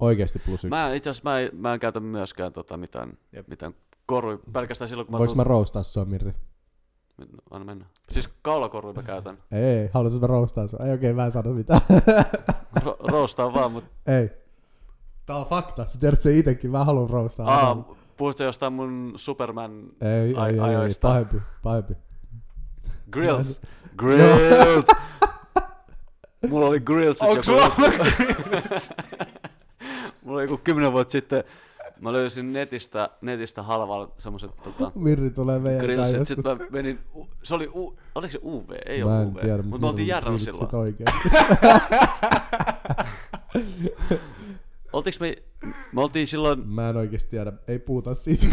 A: Oikeesti plus yksi.
B: Mä itse asiassa mä, en- mä en käytä myöskään tota mitään,
C: Jep.
B: mitään korui. Pelkästään silloin, kun mä
A: Voinko mä roustaa sua, Mirri?
B: tuun- Anna mennä. Siis kaulakorui mä käytän.
A: Ei, haluaisin mä roustaa sua. Ei okei, okay, mä en sano mitään.
B: Ro- roostaa vaan, mutta
A: Ei. Tää on fakta, sä tiedät sen itekin, mä haluan roustaa.
B: aa,
A: Adam.
B: puhut sä jostain mun Superman
A: ei, ei,
B: ai-
A: ei, ei, ei,
B: ajoista.
A: pahempi, pahempi.
B: Grills. Grills. Mulla oli grillsit
C: Onks sulla
B: Mulla oli joku kymmenen vuotta sitten. Mä löysin netistä, netistä halvalla semmoset tota,
A: Mirri tulee meidän kai
B: grillsit.
A: joskus.
B: Sitten mä menin, u- se oli, u, oliko se UV? Ei
A: Mä
B: ole
A: en
B: UV.
A: tiedä,
B: Mutta me oltiin järven silloin.
A: silloin.
B: Oltiinko me, me oltiin silloin,
A: Mä en oikeesti tiedä, ei puhuta siis.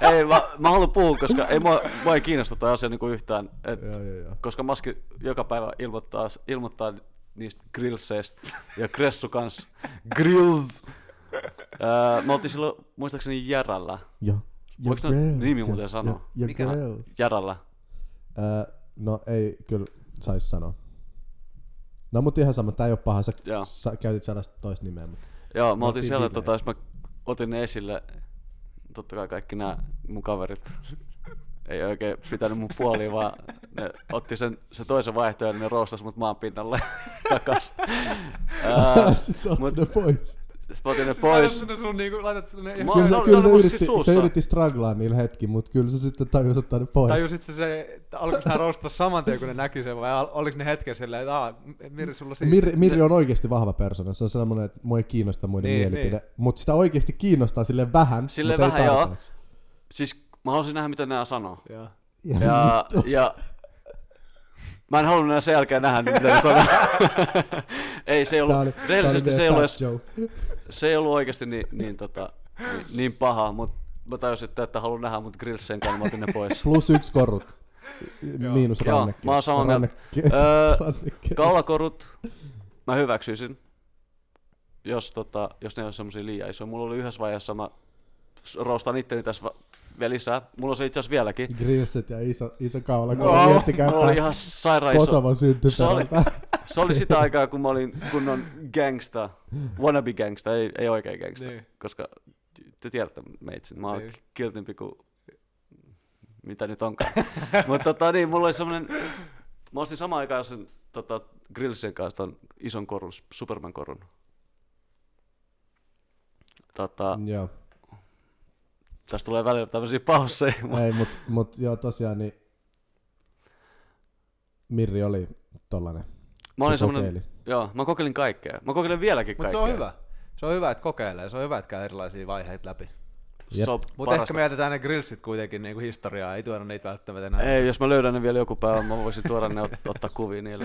B: ei mä, mä haluan puhua, koska ei mua, mua ei kiinnosta tämä asia niinku yhtään. Et,
A: joo, joo, joo.
B: koska Maski joka päivä ilmoittaa, ilmoittaa niistä grillseistä ja Kressu kans grills. Öö, me oltiin silloin muistaakseni Järällä.
A: Joo.
B: Voiko
A: Ja
B: tän
A: girls,
B: nimi
A: ja-
B: muuten sanoa?
A: ja- Ja
C: Mikä?
A: girls.
B: Järällä.
A: Öö, no ei kyllä saisi sanoa. No mutta ihan sama, tää ei oo paha, sä,
B: Joo.
A: sä käytit sellaista toista nimeä. Mutta...
B: Joo, me
A: oltiin
B: oltiin siellä,
A: bileissä.
B: tota, jos mä otin ne esille, totta kai kaikki nämä mun kaverit ei oikein pitänyt mun puolia, vaan ne otti sen, se toisen vaihtoehdon, niin ne roostas mut maan pinnalle takas. Öö,
A: Sitten sä
B: mut-
A: oot ne pois.
B: sit mä otin ne
C: Pois.
B: pois.
C: Sä sun niinku, laitat sinne
B: Mä-
A: Kyllä
B: se
A: se,
B: oli-
A: kyllä
B: se
A: se,
B: oli mun
A: yritti,
B: siis suussa.
A: se yritti stranglaa niillä hetki, mutta kyllä se sitten tajus ottaa ne pois.
C: Tajusitko se, että alkoiko nämä roustaa saman tien, kun ne näki sen, vai al- oliko ne hetken silleen, että aah, Mirri, sulla siinä.
A: Mirri, Mirri
B: Niin.
A: on oikeasti vahva persona, se on sellainen, että mua ei kiinnosta muiden
C: Niin,
A: mielipide, mutta sitä oikeasti kiinnostaa sille vähän,
B: Silleen
A: mutta
B: vähän,
A: ei
B: joo.
A: tarpeeksi.
B: Siis mä halusin nähdä, mitä nämä sanoo.
C: Joo.
B: Ja, ja mä en halunnut enää sen jälkeen nähdä, niin mitä ne sanoo. ei, se ei ollut,
A: Tää oli, tää oli
B: rehellisesti se ei ollut,
A: meidän
B: edes,
A: fat joke.
B: se ei ollut oikeasti niin, niin, tota, niin, niin paha, mutta mä tajusin, että, että haluan nähdä mut grillsen kanssa, mä otin ne pois.
A: Plus yksi korut, miinus
B: Joo,
A: rannekki.
B: mä oon samaa mieltä.
A: Rannekki-
B: Öö,
A: rannekki.
B: Kaulakorut, mä hyväksyisin, jos, tota, jos ne on semmosia liian isoja. Mulla oli yhdessä vaiheessa, mä s- roostan itteni tässä va- vielä lisää. Mulla on se itse asiassa vieläkin.
A: Grillset ja iso, iso kaula, kun
C: Wow.
A: miettikää
B: Mulla oli
A: päästä
B: ihan sairaan iso.
A: Kosovan syntyperältä.
B: Se oli sitä aikaa, kun mä olin kunnon gangsta, wannabe gangsta, ei, ei oikein gangsta,
C: Niin.
B: niin. koska te tiedätte meitsin, mä oon
C: Niin.
B: niin. kiltimpi kuin mitä nyt onkaan. Mutta tota, niin, mulla oli semmonen, mä ostin samaan aikaan sen tota, Grillsen kanssa ton ison korun, Superman korun. Tota,
A: Joo,
B: tästä tulee välillä tämmösiä pausseja, mutta
A: ei, mut, mut joo tosiaan niin Mirri oli tollanen.
B: mä olin
A: se
B: semmonen,
A: kokeili.
B: joo, mä kokeilin kaikkea. Mä kokeilen vieläkin
C: Mutta se
B: kaikkea.
C: on hyvä. Se on hyvä, että kokeilee. Se on hyvä, että käy erilaisia vaiheita läpi.
A: Jep.
B: Se on
C: Mutta ehkä
B: parasta.
C: me jätetään ne grillsit kuitenkin niin kuin historiaa. Ei tuoda niitä välttämättä enää.
B: Ei, jos mä löydän ne vielä joku päivä, mä voisin tuoda ne ot- ottaa kuvia niille.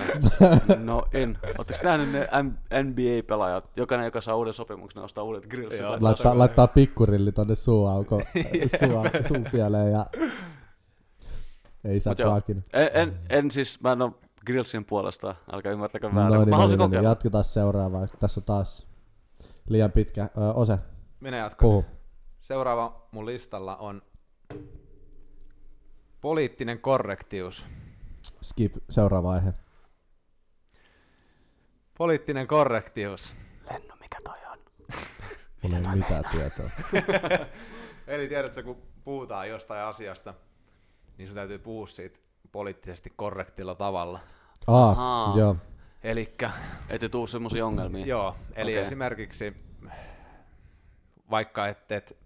B: No en. Oletteko nähnyt ne M- NBA-pelaajat? Jokainen, joka saa uuden sopimuksen, ne ostaa uudet grillsit.
C: Joo.
B: laittaa
A: Laittaa,
B: sen-
A: laittaa pikkurilli tonne suuauko, sua, suun pieleen ja ei saa
B: Mut joo.
A: vaakin.
B: En, en, en, siis, mä en oo grillsin puolesta, älkää ymmärtäkö
A: No
B: väärin.
A: niin,
B: No, mä
A: no niin,
B: halusin
A: no niin,
B: kokeilla.
A: jatketaan seuraavaa. Tässä on taas liian pitkä. Ö, Ose,
C: Minä jatkan.
A: puhu.
C: Seuraava mun listalla on poliittinen korrektius.
A: Skip, seuraava aihe.
C: Poliittinen korrektius.
B: Lennu, mikä toi on?
A: Mulla ei ole mitään tietoa.
C: Eli tiedätkö, kun puhutaan jostain asiasta, niin sun täytyy puhua siitä poliittisesti korrektilla tavalla.
A: Aa,
B: Ahaa.
A: joo.
C: Elikkä,
B: Ette tuu semmosia ongelmia.
C: joo, eli
B: Okei.
C: okay. esimerkiksi vaikka, et, et,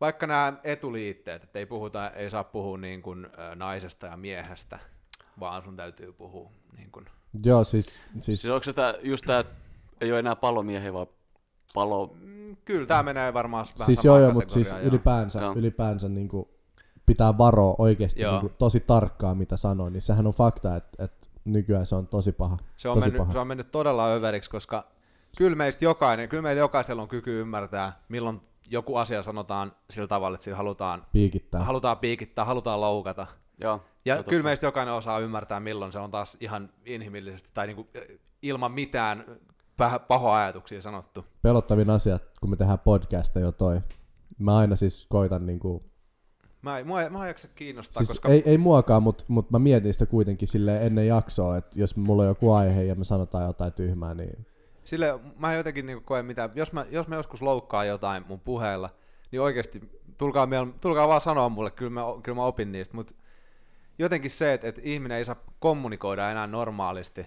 C: vaikka nämä etuliitteet, että ei, puhuta, ei saa puhua niin kuin, ö, naisesta ja miehestä, vaan sun täytyy puhua niin kuin,
A: Joo, siis, siis
B: Siis onko se tää, just tää, että ei oo enää palomiehiä, vaan palo...
C: Mm, Kyllä, tämä menee varmaan vähän
A: Siis joo,
C: samaan
A: joo, mutta siis
C: kategoriaan, joo.
A: ylipäänsä,
B: Joo.
A: ylipäänsä niin kuin pitää varoa oikeasti
C: Joo.
A: niin kuin tosi tarkkaan, mitä sanoo, niin sehän on fakta, että, että nykyään se on tosi paha.
C: se, on
A: tosi
C: mennyt,
A: paha.
C: se on mennyt todella överiksi, koska kyllä meistä jokainen, kyllä meillä jokaisella on kyky ymmärtää, milloin joku asia sanotaan sillä tavalla, että sillä halutaan,
A: Piikittää.
C: halutaan piikittää, halutaan loukata.
B: Joo.
C: Ja
B: se on
C: kyllä
B: totta.
C: meistä jokainen osaa ymmärtää, milloin se on taas ihan inhimillisesti tai niinku eh, ilman mitään eh, pah- pahoa ajatuksia sanottu.
A: Pelottavin asia, kun me tehdään podcasta jo toi. Mä aina siis koitan niin kuin,
C: Mä, mua, ei- mua ei jaksa kiinnostaa,
A: siis
C: siis koska
A: ei, ei muakaan, mutta mut mä mietin sitä kuitenkin sille ennen jaksoa, että jos mulla on joku aihe ja me sanotaan jotain tyhmää, niin
C: Sille mä en jotenkin niin koen mitään, jos mä, jos mä joskus loukkaan jotain mun puheella, niin oikeasti tulkaa, miel, tulkaa vaan sanoa mulle, kyllä mä, kyllä mä opin niistä, mutta jotenkin se, että, että ihminen ei saa kommunikoida enää normaalisti,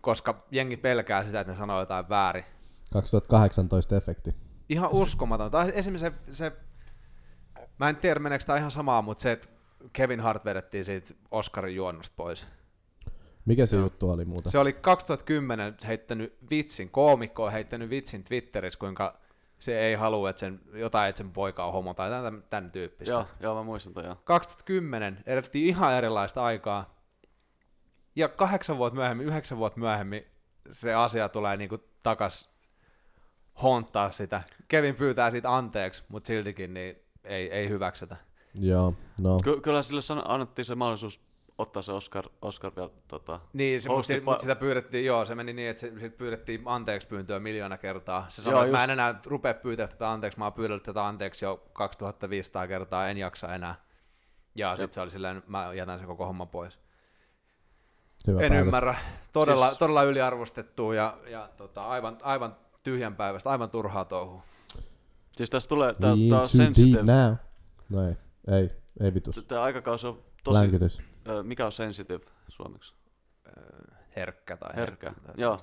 C: koska jengi pelkää sitä, että ne sanoo jotain väärin.
A: 2018 efekti.
C: Ihan uskomaton. Tai esimerkiksi se, se mä en tiedä meneekö tämä ihan samaa, mutta se, että Kevin Hart vedettiin siitä Oscarin juonnosta pois.
A: Mikä se juttu oli muuta?
C: Se oli 2010 heittänyt vitsin, koomikko on heittänyt vitsin Twitterissä, kuinka se ei halua, että sen, jotain, että sen poika on homo tai tämän, tämän tyyppistä.
B: Joo, joo, mä muistan toi, joo.
C: 2010 elettiin ihan erilaista aikaa. Ja kahdeksan vuotta myöhemmin, yhdeksän vuotta myöhemmin se asia tulee niinku takas honttaa sitä. Kevin pyytää siitä anteeksi, mutta siltikin niin ei, ei hyväksytä.
A: Joo, no.
B: Ky- kyllä sille san- annettiin se mahdollisuus ottaa se Oscar, Oscar vielä tota...
C: Niin, se,
B: Hostit
C: mutta,
B: pa-
C: mutta sitä pyydettiin, joo, se meni niin, että se, sit pyydettiin anteeksi pyyntöä miljoona kertaa. Se
B: Joo,
C: sanoi, että
B: just.
C: mä en enää rupea pyytämään tätä anteeksi, mä oon pyydellyt tätä anteeksi jo 2500 kertaa, en jaksa enää. Ja sitten se oli silleen, mä jätän sen koko homma pois.
A: Hyvä
C: en
A: päätös.
C: ymmärrä. Todella,
B: Siis-
C: siis... todella yliarvostettu ja, ja tota, aivan, aivan tyhjän päivästä, aivan turhaa touhua.
B: Siis tässä tulee, tää,
A: We
B: tää
A: in
B: on
A: too deep
B: sensitive.
A: now. No ei, ei, ei vitus.
B: Tää aikakausi on tosi...
A: Länkytys.
B: Ö, mikä on sensitive suomeksi?
C: Herkkä tai
B: Herkkää.
C: tai-
B: Joo,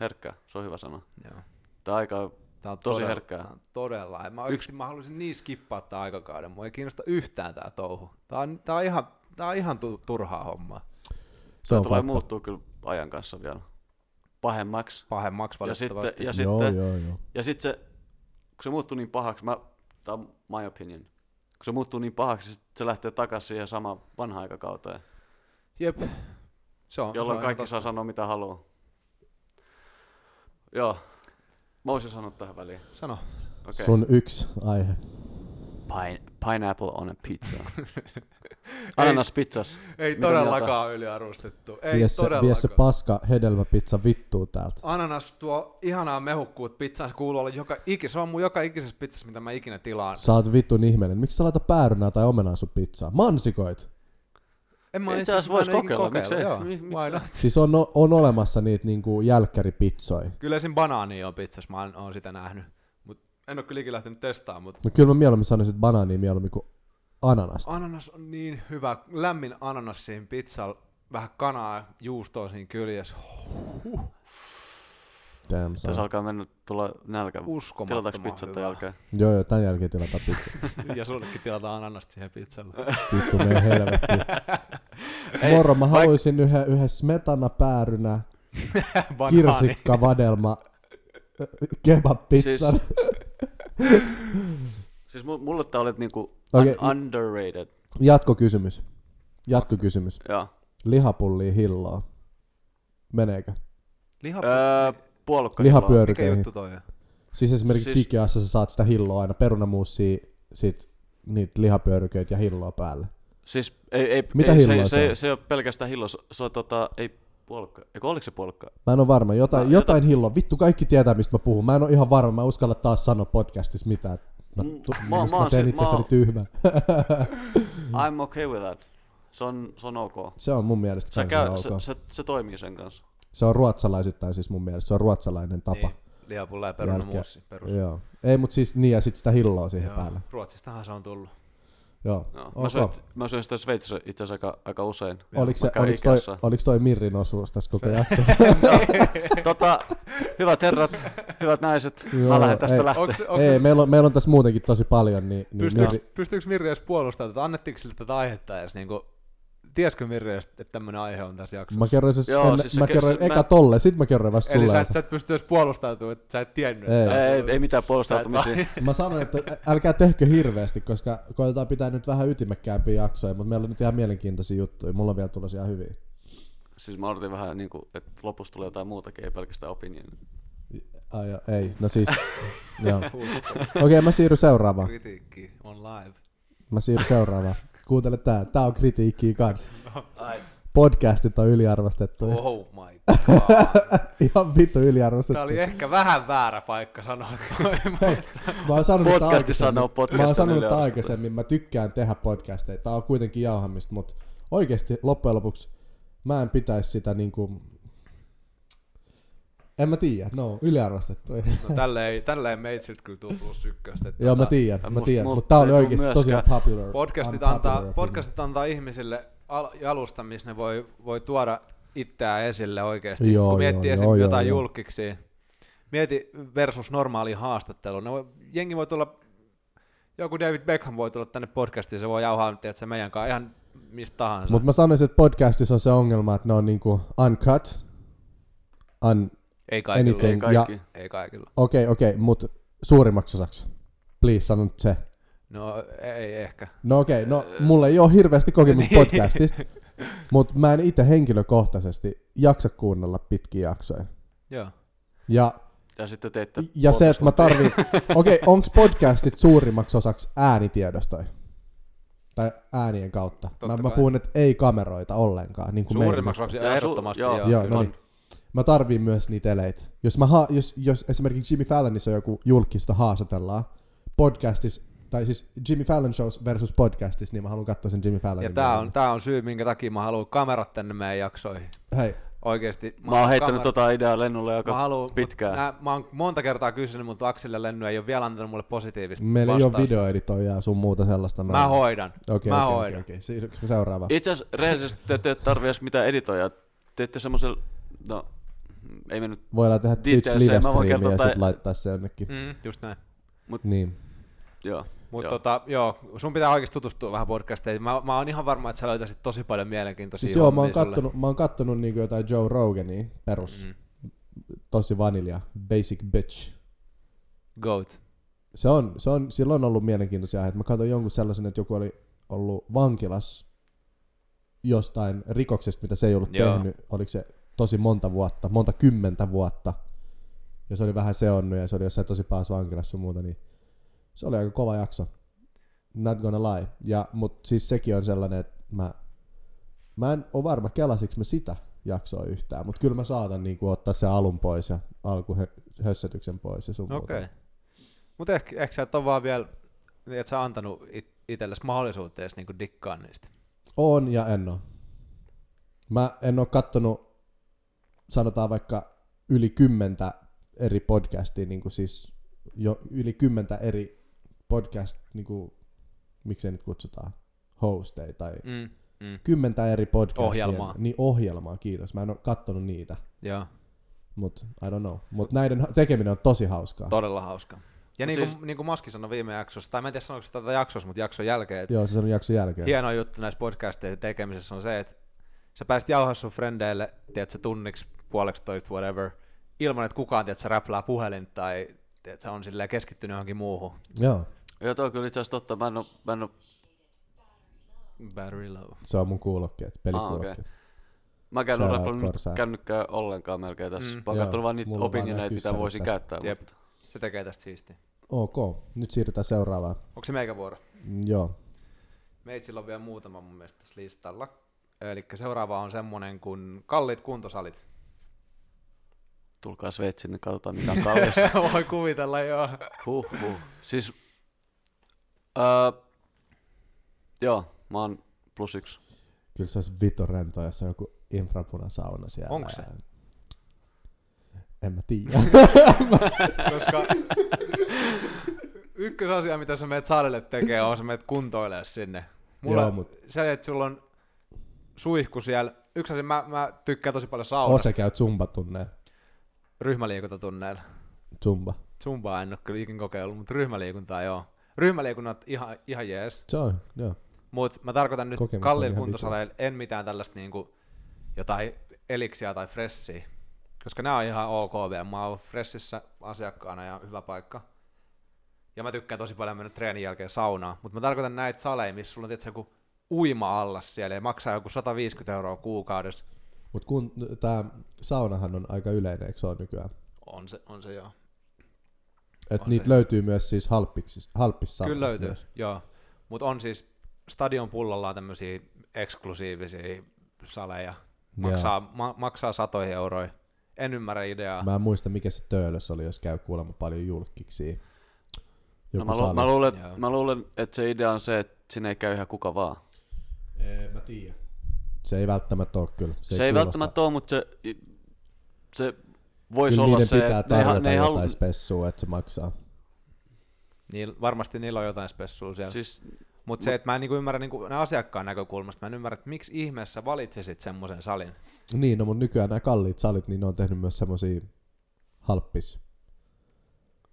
B: herkkää. Se on hyvä sana.
C: joo.
B: Tää aika on...
C: Tää on
B: Tosi
C: todella,
B: herkkää.
C: tää on Todella. En Mä, oikeasti, mä haluaisin niin skippaa tämän aikakauden. Mua ei kiinnosta yhtään tää touhu. Tää on, tää on ihan, tää on ihan tu, turhaa hommaa.
A: Se
B: Tää
A: on
B: tulee
A: fakta.
B: muuttuu kyllä ajan kanssa vielä pahemmaksi.
C: Pahemmaksi
B: Ja sitten,
C: valitettavasti.
B: ja
A: joo,
B: sitten,
A: joo, joo.
B: ja sit se, kun se muuttuu niin pahaksi, mä, tää on my opinion, kun se muuttuu niin pahaksi, sit se lähtee takaisin siihen samaan vanhaan aikakauteen,
C: Jep. Se on, No, se
B: jolloin
C: on
B: kaikki
C: ihan
B: saa sanoa mitä haluaa. Joo, mä voisin sanoa tähän väliin.
C: totta. Sano.
B: Okei.
A: Sun yksi aihe.
B: Pine, pineapple on a pizza. Ananas pizzas.
C: Ei
B: Mitä
C: todellakaan yliarvostettu. Ei
A: Vie
C: Vie
A: se,
C: todellakaan.
A: vie se paska hedelmäpizza vittuu täältä.
C: Ananas tuo ihanaa mehukkuut pizzaan, se kuuluu olla joka ikis. Se on mun joka ikisessä pizzassa, mitä mä ikinä tilaan.
A: Sä oot vittun ihminen. Miksi sä laita päärynää tai omenaa sun pizzaa? Mansikoit!
C: En mä
B: Itse
C: itse
B: asiassa
C: asiassa
B: vois
C: mä en ikinä
B: kokeilla,
C: kokeillut,
B: miksei?
C: joo.
B: Mi- miksei?
C: Why not?
A: Siis on, on olemassa niitä niinku jälkkäripitsoja.
C: Kyllä esim. banaani on pizzassa, mä oon sitä nähnyt. Mut en oo kyllä ikinä lähtenyt testaamaan, mut
A: No kyllä mä mieluummin sanoisin, että banaania mieluummin kuin ananasta. An-
C: Ananas on niin hyvä. Lämmin ananas siinä pizzalla. Vähän kanaa, juustoa siinä kyljessä.
A: Damn
B: Tässä
A: saa.
B: alkaa mennä tulla nälkä. Tilataanko
C: Uskomattoman
B: pizzat tämän
C: hyvä.
B: jälkeen?
A: Joo joo, tän jälkeen tilataan pizza.
C: Ja sullekin tilataan ananasta siihen pizzalle.
A: Vittu mene helvettiin. Moro, mä haluaisin yhden, yhden smetana päärynä,
C: Banaani.
A: kirsikka, vadelma, kebab-pizzan.
B: Siis- Siis mu- mulle tää olet niinku
A: Okei.
B: okay. underrated.
A: Jatkokysymys. Jatkokysymys.
B: Joo.
A: Lihapullia hilloa. Meneekö?
C: Liha,
B: Öö, puolukka.
C: mikä
A: Lihapyörykeihin.
C: juttu toi on?
A: Siis esimerkiksi siis...
B: Siis-
A: Ikeassa sä saat sitä hilloa aina, perunamuusia, sit niitä lihapyöryköitä ja hilloa päällä.
B: Siis ei, ei,
A: Mitä
B: ei,
A: hilloa
B: se,
A: se
B: se,
A: on?
B: se, ei ole pelkästään hillo, se, se on tota, ei puolukka. Eikö oliko se puolukka?
A: Mä en ole varma, jotain,
B: No,
A: jotain hilloa. Vittu, kaikki tietää mistä mä puhun. Mä en ole ihan varma, mä en uskalla taas sanoa podcastissa mitään. Mä,
B: Mm,
A: tu-
B: mä-
A: mä,
B: mä
A: mä
B: oon
A: teen
B: se- mä
A: itsestäni
B: oon-
A: tyhmän.
B: I'm okay with that. Se on, se on ok.
A: Mm-hmm. Se on mun mielestä
B: Se,
A: se,
B: käy,
A: ok.
B: se, se, se, toimii sen kanssa.
A: se, on ruotsalaisittain siis mun mielestä. Se on ruotsalainen tapa.
C: Niin, lihapulla ja perunamuussi. Perus.
A: Niin. Joo. Ei, mut siis niin ja sit sitä hilloa siihen Joo.
C: Joo.
A: päälle.
C: Ruotsistahan se on tullut.
A: Joo.
B: No, okay. mä,
A: ok.
B: syön, mä syön sitä Sveitsissä itse asiassa aika, aika usein.
A: Oliko, se,
B: Mä käyn
A: oliko, toi,
B: Ikeassa.
A: oliko toi Mirrin osuus tässä koko jaksossa?
B: tota, hyvät herrat, hyvät naiset,
A: Joo,
B: mä lähden tästä
A: ei.
B: lähteä.
C: Onks,
A: Ei,
C: onks,
A: meillä on, meillä on tässä muutenkin tosi paljon, niin, niin
C: pystyykö,
A: Mirri,
C: pystyykö Mirri edes puolustamaan tätä? Annettiinko sille tätä aihetta edes? Niin kuin, tiesikö Mirri edes, että tämmöinen aihe on tässä jaksossa?
A: Mä kerroin, siis
B: Joo,
A: Joo,
B: siis
A: siis
B: se
A: mä
B: ke-
A: kerroin
B: se-
A: eka
B: mä-
A: tolle, sit mä kerroin vasta
C: Eli
A: sulle.
C: sä
A: Sä,
C: et, sä et pysty edes puolustautumaan, että sä et tiennyt.
A: Ei.
C: että-
B: Ei, ei mitään
C: sä et
B: puolustautumisia.
C: vaan-
A: Mä sanoin, että ä- älkää tehkö hirveästi, koska koetetaan pitää nyt vähän ytimekkäämpiä jaksoja, mutta meillä on nyt ihan mielenkiintoisia juttuja. Mulla on vielä tulossa ihan hyviä.
B: Siis mä odotin vähän niin kuin, että lopussa tulee jotain muutakin, ei pelkästään opinion.
A: Ai, joo, ei, no siis, joo. Okei, okay, mä siirryn seuraavaan.
C: Kritiikki on live.
A: Mä siirryn seuraavaan. Kuuntele tää, tää on kritiikkiä kans.
B: Ai.
A: Podcastit on yliarvostettu.
C: Oh my god.
A: Ihan vittu
C: Tää
A: yliarvostettu.
C: oli ehkä vähän väärä paikka sanoa toi,
A: Hei, mä oon sanonut tää
B: Podcasti
A: aikaisemmin.
B: sanoo, podcasti
A: Mä oon sanonut
B: on
A: tää
B: yliarvostettu.
A: aikaisemmin, mä tykkään tehdä podcasteja. Tää on kuitenkin jauhamista, mutta oikeesti loppujen lopuksi mä en pitäisi sitä niinku... En mä tiedä, no yliarvostettu.
C: No tälle ei, tälle ei meitsiltä kyllä tuu plus ykköstä. että
A: Joo mä
C: tota,
A: tiedän, mä
B: mut-
A: tiedän,
B: mut
A: mutta tää oli
B: ei tuu
A: oikeesti tosi
B: myöskään-
A: unpopular.
C: Podcastit
A: unpopular
C: antaa,
A: opinion.
C: podcastit antaa ihmisille al- jalusta, missä ne voi, voi tuoda itseään esille oikeasti.
A: Joo,
C: Kun miettii
A: joo,
C: esim.
A: joo, joo,
C: jotain
A: joo.
C: julkiksi, mieti versus normaali haastattelu. Ne voi, jengi voi tulla, joku David Beckham voi tulla tänne podcastiin, se voi jauhaa tiedätkö, meidän kanssa ihan mistä tahansa.
A: Mut mä sanoisin, että podcastissa on se ongelma, että ne on niinku uncut, un
C: ei kaikilla.
A: anything.
B: ei
A: Ja
B: kaikki.
C: Ei kaikilla.
A: okei, okei, mut suurimmaksi osaksi. Please, sano nyt se.
C: No ei ehkä.
A: No okei, okay, no
C: Äh.
A: mulla ei ole hirveästi kokemusta
C: Niin.
A: podcastista, mutta mä en itse henkilökohtaisesti jaksa kuunnella pitkiä jaksoja.
C: Joo.
A: Ja,
B: Ja sitten teitte
A: ja se, että mä tarvin... Okei, okay, onko podcastit suurimmaksi osaksi äänitiedostoja? Tai äänien kautta. Mä,
C: Totta
A: mä
C: kai.
A: puhun, että ei kameroita ollenkaan. Niin kuin meillä
C: Suurimmaksi
A: nyt.
C: osaksi
B: Joo, su-
C: ehdottomasti.
B: joo.
C: joo,
A: Joo,
C: kyllä.
A: no niin. Mä tarviin myös niitä eleitä. Jos, mä ha- jos, jos esimerkiksi Jimmy Fallonissa on joku julkista haastatellaan podcastissa, tai siis Jimmy Fallon shows versus podcastissa, niin mä haluan katsoa sen Jimmy Fallonin.
C: Ja tää on,
A: mieluummin.
C: tää on syy, minkä takia mä haluan kamerat tänne meidän jaksoihin.
A: Hei,
C: Oikeesti.
B: Mä oon heittänyt
C: kamer-
B: tota ideaa lennulle aika
C: mä haluun,
B: pitkään.
C: Nää, mä oon monta kertaa kysynyt, mutta Aksille Lenny ei ole vielä antanut mulle positiivista
A: Meillä ei ole
C: vastausta.
A: videoeditoijaa ja sun muuta sellaista.
C: Mä hoidan.
A: Okei,
C: mä
A: okei, okei,
C: hoidan.
A: okei. Siirryks me seuraavaan?
B: Itse asiassa rehellisesti te ette tarvii edes mitään editoijaa. Teette semmoisen, no ei me nyt,
A: Voidaan tehdä Twitch
B: Details,
A: live
B: mä voin
A: streamia ja
B: kertoa
A: sit
B: tai-
A: laittaa se jonnekin.
C: Mm, just näin.
A: Niin.
B: joo.
C: Mutta
B: Joo.
C: tota, joo, sun pitää oikeasti tutustua vähän podcasteihin. Mä, mä oon ihan varma, että sä löytäisit tosi paljon mielenkiintoisia
A: Siis joo, mä oon
C: hommia sulle.
A: kattonut, mä oon kattonut niinku jotain Joe Rogania, perus. Mm. Tosi vanilja, basic bitch.
C: Goat.
A: Se on, se on, sillä on ollut mielenkiintoisia aiheita. Mä katsoin jonkun sellaisen, että joku oli ollut vankilas jostain rikoksesta, mitä se ei ollut
C: Joo.
A: joo. tehnyt. Oliko se tosi monta vuotta, monta kymmentä vuotta. Ja se oli vähän seonnut ja se oli jossain tosi pahassa vankilassa sun muuta, niin se oli aika kova jakso. Not gonna lie. Ja, mut siis sekin on sellainen, että mä, mä en oo varma kelasiks mä sitä jaksoa yhtään, mut kyllä mä saatan niinku ottaa sen alun pois ja alkuhössötyksen pois ja sun muuta.
C: Okei. Okay. Mutta ehkä, ehkä sä et ole vaan vielä, niin et sä antanut it, itsellesi mahdollisuutta edes niinku dikkaa niistä.
A: On ja en oo. Mä en oo kattonut, sanotaan vaikka yli kymmentä eri podcastia, niin kuin siis jo yli kymmentä eri podcast, niin kuin, miksei nyt kutsutaan, hosteja tai
C: Mm, mm,
A: kymmentä eri podcastia.
C: Ohjelmaa.
A: Niin ohjelmaa, kiitos. Mä en oo kattonut niitä,
C: joo.
A: mut I don't know. Mut näiden ha- tekeminen on tosi hauskaa.
C: Todella hauska.
B: Mut
C: Ja niin kuin, siis...
B: siis-
C: niin kuin Maski sanoi viime jaksossa, tai mä en tiedä sanoiko se tätä jaksossa, mutta jakson jälkeen, että
A: Joo, se on jakson jälkeen.
C: hieno juttu näissä podcastien tekemisessä on se, että sä pääsit jauhaa sun frendeille, tiedät sä tunniksi, puoleksi toista, whatever, ilman, että kukaan tiedät, sä räplää puhelin tai että sä on silleen keskittynyt johonkin muuhun.
A: Joo,
C: tota-
B: Joo, toi on kyllä itse asiassa totta. Mä en oo, mä en oo,
C: Battery low.
A: se on mun kuulokkeet, pelikuulokkeet.
B: Ah, mäkään en
A: Shout
B: ole
A: out
B: räplännyt
A: Korsaan.
B: kännykkää ollenkaan melkein tässä. Mm, mä
C: Mm.
B: oon
A: Joo,
B: katsonut vaan niitä
A: mulla on vaan nää
B: opinioneita, mitä
A: kyssärit
B: voisi
A: tässä.
B: käyttää.
C: Jep.
B: Mutta.
C: Se tekee tästä siistiä.
A: Ok, nyt siirrytään seuraavaan.
C: Onko se meikä vuoro?
A: Mm, Joo,
C: Meitsillä on vielä muutama mun mielestä tässä listalla. Eli seuraava on semmonen kuin kalliit kuntosalit.
B: Tulkaa Sveitsiin, niin katsotaan mikä on kallis.
C: Voi kuvitella, joo.
B: Huh, huh. Siis, öö, joo, mä oon plus yksi. No,
A: kyllä se olisi vito rento, jos on joku infrapunasauna siellä.
C: Onks se?
A: En mä tiedä.
C: Koska ykkösasia, mitä sä meet salille tekee, on sä meet kuntoilee sinne. Mulla
A: Joo,
C: Joo,
A: mut-
C: mut... se, että sulla on suihku siellä. Yksi asia, mä, mä tykkään tosi paljon
A: On
C: saunasta.
A: sä käyt zumbatunneilla.
C: Ryhmäliikuntatunneilla.
A: Zumba.
C: Zumbaa en ole kyllä ikinä kokeillut, mutta ryhmäliikuntaa joo. Ryhmäliikunnat ihan, ihan jees.
A: Se on, joo.
C: Mutta mä tarkoitan nyt
A: Kokemus on
C: kalliilla
A: ihan
C: kuntosaleilla, en mitään tällaista niinku jotain eliksiä tai fressiä, koska nämä on ihan ok vielä. Mä oon fressissä asiakkaana ja hyvä paikka. Ja mä tykkään tosi paljon mennä treenin jälkeen saunaan, mutta mä tarkoitan näitä saleja, missä sulla on tietysti joku uima alla siellä ja maksaa joku 150 euroa kuukaudessa.
A: Mut kun tää saunahan on aika yleinen, eikö se ole nykyään?
C: On se, on se joo.
A: Et
C: On
A: niitä
C: se.
A: löytyy myös siis halppiksi, halppissa
C: Kyllä löytyy,
A: Myös.
C: joo. Mutta on siis stadion pullollaan tämmöisiä eksklusiivisia saleja. Maksaa, ma- maksaa satoja euroja. En ymmärrä ideaa.
A: Mä en muista mikä se töölös oli, jos käy kuulemma paljon julkiksi.
B: No, mä, lu- mä, luulen,
C: Joo.
B: mä luulen, että se idea on se, että sinne ei käy ihan kuka vaan.
A: Ee, mä tiedän. Se ei välttämättä ole kyllä.
B: Se, se ei
A: kuulosta-
B: välttämättä ole, mutta se, se voisi
A: Kyllä
B: olla
A: niiden
B: se,
A: pitää
B: että ne, ei ha-
A: tarjota
B: ne ei
A: jotain
B: halua,
A: spessua, että se maksaa.
C: Niil, varmasti niillä on jotain spessua siellä. Siis,
B: siis
C: Mutta se, että mä en niinku ymmärrä niinku, nää asiakkaan näkökulmasta, mä en ymmärrä, että miksi ihmeessä valitsisit semmoisen salin.
A: Niin, no mutta nykyään nämä kalliit salit, niin ne on tehnyt myös semmosia halppis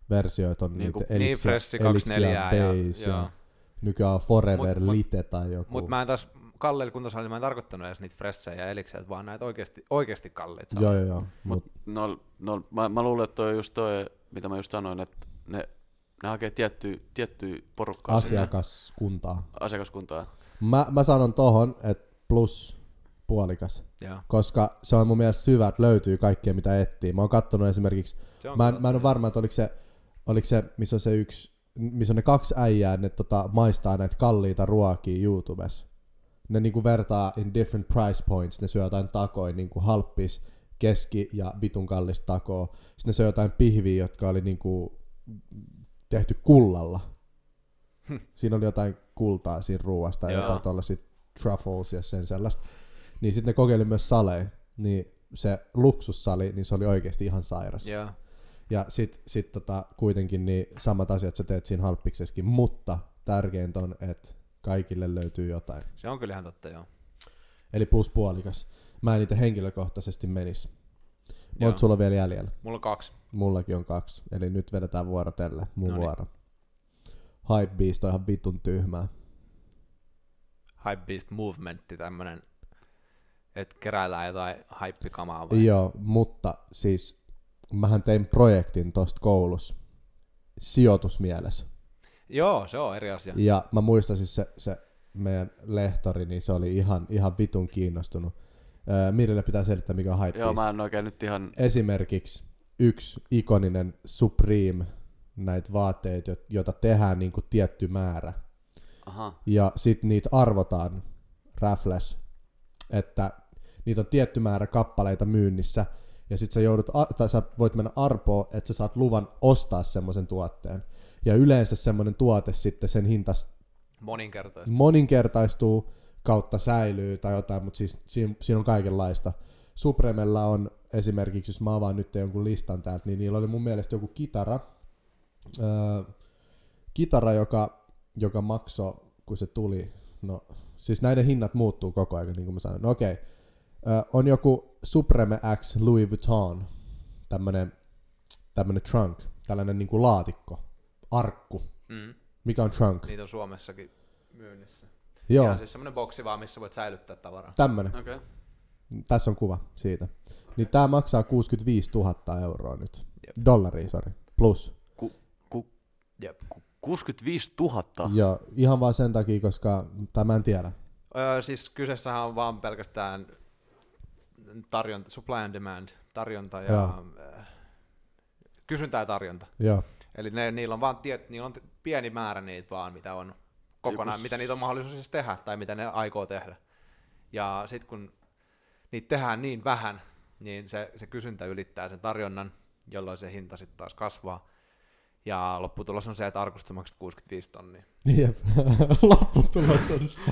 A: versioita on
B: Niinku-
A: niitä
C: Elixia, niin Fressi 24 ja,
A: Days ja,
C: joo.
A: nykyään on Forever
C: Mut- mut-
A: Lite tai joku.
C: Mut mä en taas kalleilla kuntosalilla, mä en tarkoittanut edes niitä fressejä ja eliksiä, vaan näitä oikeasti, oikeasti kalliita
A: Joo,
C: saleja.
A: joo, joo. Mut,
B: No, no mä, mä luulen, että toi on just toi, mitä mä just sanoin, että ne, ne hakee tiettyä, tiettyä porukkaa sinne
A: asiakaskuntaa.
B: asiakaskuntaa.
A: Mä, mä sanon tohon, että plus puolikas.
C: Joo.
A: Koska se on mun mielestä hyvä, että löytyy kaikkea mitä etsii. Mä oon kattonut esimerkiksi,
C: Se on
A: mä, en-
C: kyllä-
A: mä en ole varma, että oliko se, oliko se, missä on se yksi, missä on ne kaksi äijää, ne tota, maistaa näitä kalliita ruokia YouTubessa. Ne niinku vertaa in different price points, ne syö jotain takoja, niinku halppis, keski ja vitun kallista takoa. Sitten ne syö jotain pihviä, jotka oli niinku tehty kullalla. Siinä oli jotain kultaa siinä ruoasta ja
C: Hm. Joo.
A: jotain tollasia truffles ja sen sellaista. Niin sitten ne kokeili myös saleja, niin se luksussali, niin se oli oikeasti ihan sairas.
C: Joo.
A: Ja sit, sit tota, kuitenkin niin samat asiat sä teet siinä halppiksessakin, mutta tärkeintä on, että kaikille löytyy jotain.
C: Se on kyllä ihan totta, joo.
A: Eli plus puolikas. Mä en niitä henkilökohtaisesti menis.
C: Joo.
A: Mutta sulla on vielä jäljellä.
C: Mulla on kaksi.
A: Mullakin on kaksi. Eli nyt vedetään vuorotelle. Mun
C: Noniin.
A: vuoro. Hypebeast on ihan vitun tyhmää.
C: Hypebeast movementti, tämmönen, että keräillään jotain hyppikamaa vai?
A: Joo, mutta siis mähän tein projektin tosta koulussa sijoitusmielessä.
C: Joo, se on eri asia.
A: Ja mä muistan siis se, se meidän lehtori, niin se oli ihan, ihan vitun kiinnostunut. Öö, Mirille pitää selittää, mikä on hypebeast.
B: Joo, mä en oikein nyt ihan...
A: Esimerkiksi yksi ikoninen Supreme näitä vaatteita, jo- joita tehdään niin kuin tietty määrä.
B: Aha,
A: Ja sitten niitä arvotaan raffles, että niitä on tietty määrä kappaleita myynnissä, ja sitten sä, joudut, a- tai sä voit mennä arpoon, että sä saat luvan ostaa semmoisen tuotteen. Ja yleensä semmoinen tuote sitten sen hinta s-
C: Moninkertaisesti.
A: moninkertaistuu kautta säilyy tai jotain, mutta siis siinä, siinä on kaikenlaista. Supremella on esimerkiksi, jos mä avaan nyt jonkun listan täältä, niin niillä oli mun mielestä joku kitara, öö, kitara joka, joka maksoi, kun se tuli, no siis näiden hinnat muuttuu koko ajan, niin kuin mä sanoin. No okei, öö, on joku Supreme X Louis Vuitton, tämmönen, tämmönen trunk, tällainen niin kuin laatikko, arkku.
C: Mm.
A: Mikä on trunk?
C: Niitä on Suomessakin myynnissä.
A: Joo,
C: siis-
B: No
C: Ihan siis semmoinen boksi vaan, missä voit säilyttää tavaraa.
A: tämmönen.
B: okei. Okay.
A: Tässä on kuva siitä. Niin tää maksaa 65 000 euroa nyt.
C: Jep.
A: Dollaria, sori. Plus.
B: Ku, ku,
C: Jep.
B: ku, 65 000.
A: Ja ihan vaan sen takia, koska tai mä en tiedä.
C: Öö, siis kyseessähän on vaan pelkästään tarjonta, supply and demand, tarjonta ja
A: Joo.
C: öö, kysyntä ja tarjonta.
A: Joo.
C: Eli ne, niillä on vaan tiet, niillä on t- pieni määrä niitä vaan, mitä on kokonaan,
B: Joku s-
C: mitä niitä on mahdollisuus siis tehdä tai mitä ne aikoo tehdä. Ja sitten kun niitä tehdään niin vähän, niin se, se kysyntä ylittää sen tarjonnan, jolloin se hinta sitten taas kasvaa. Ja lopputulos on se, että arkusta sä maksat 65 tonnia.
A: Jep. Lopputulos on se.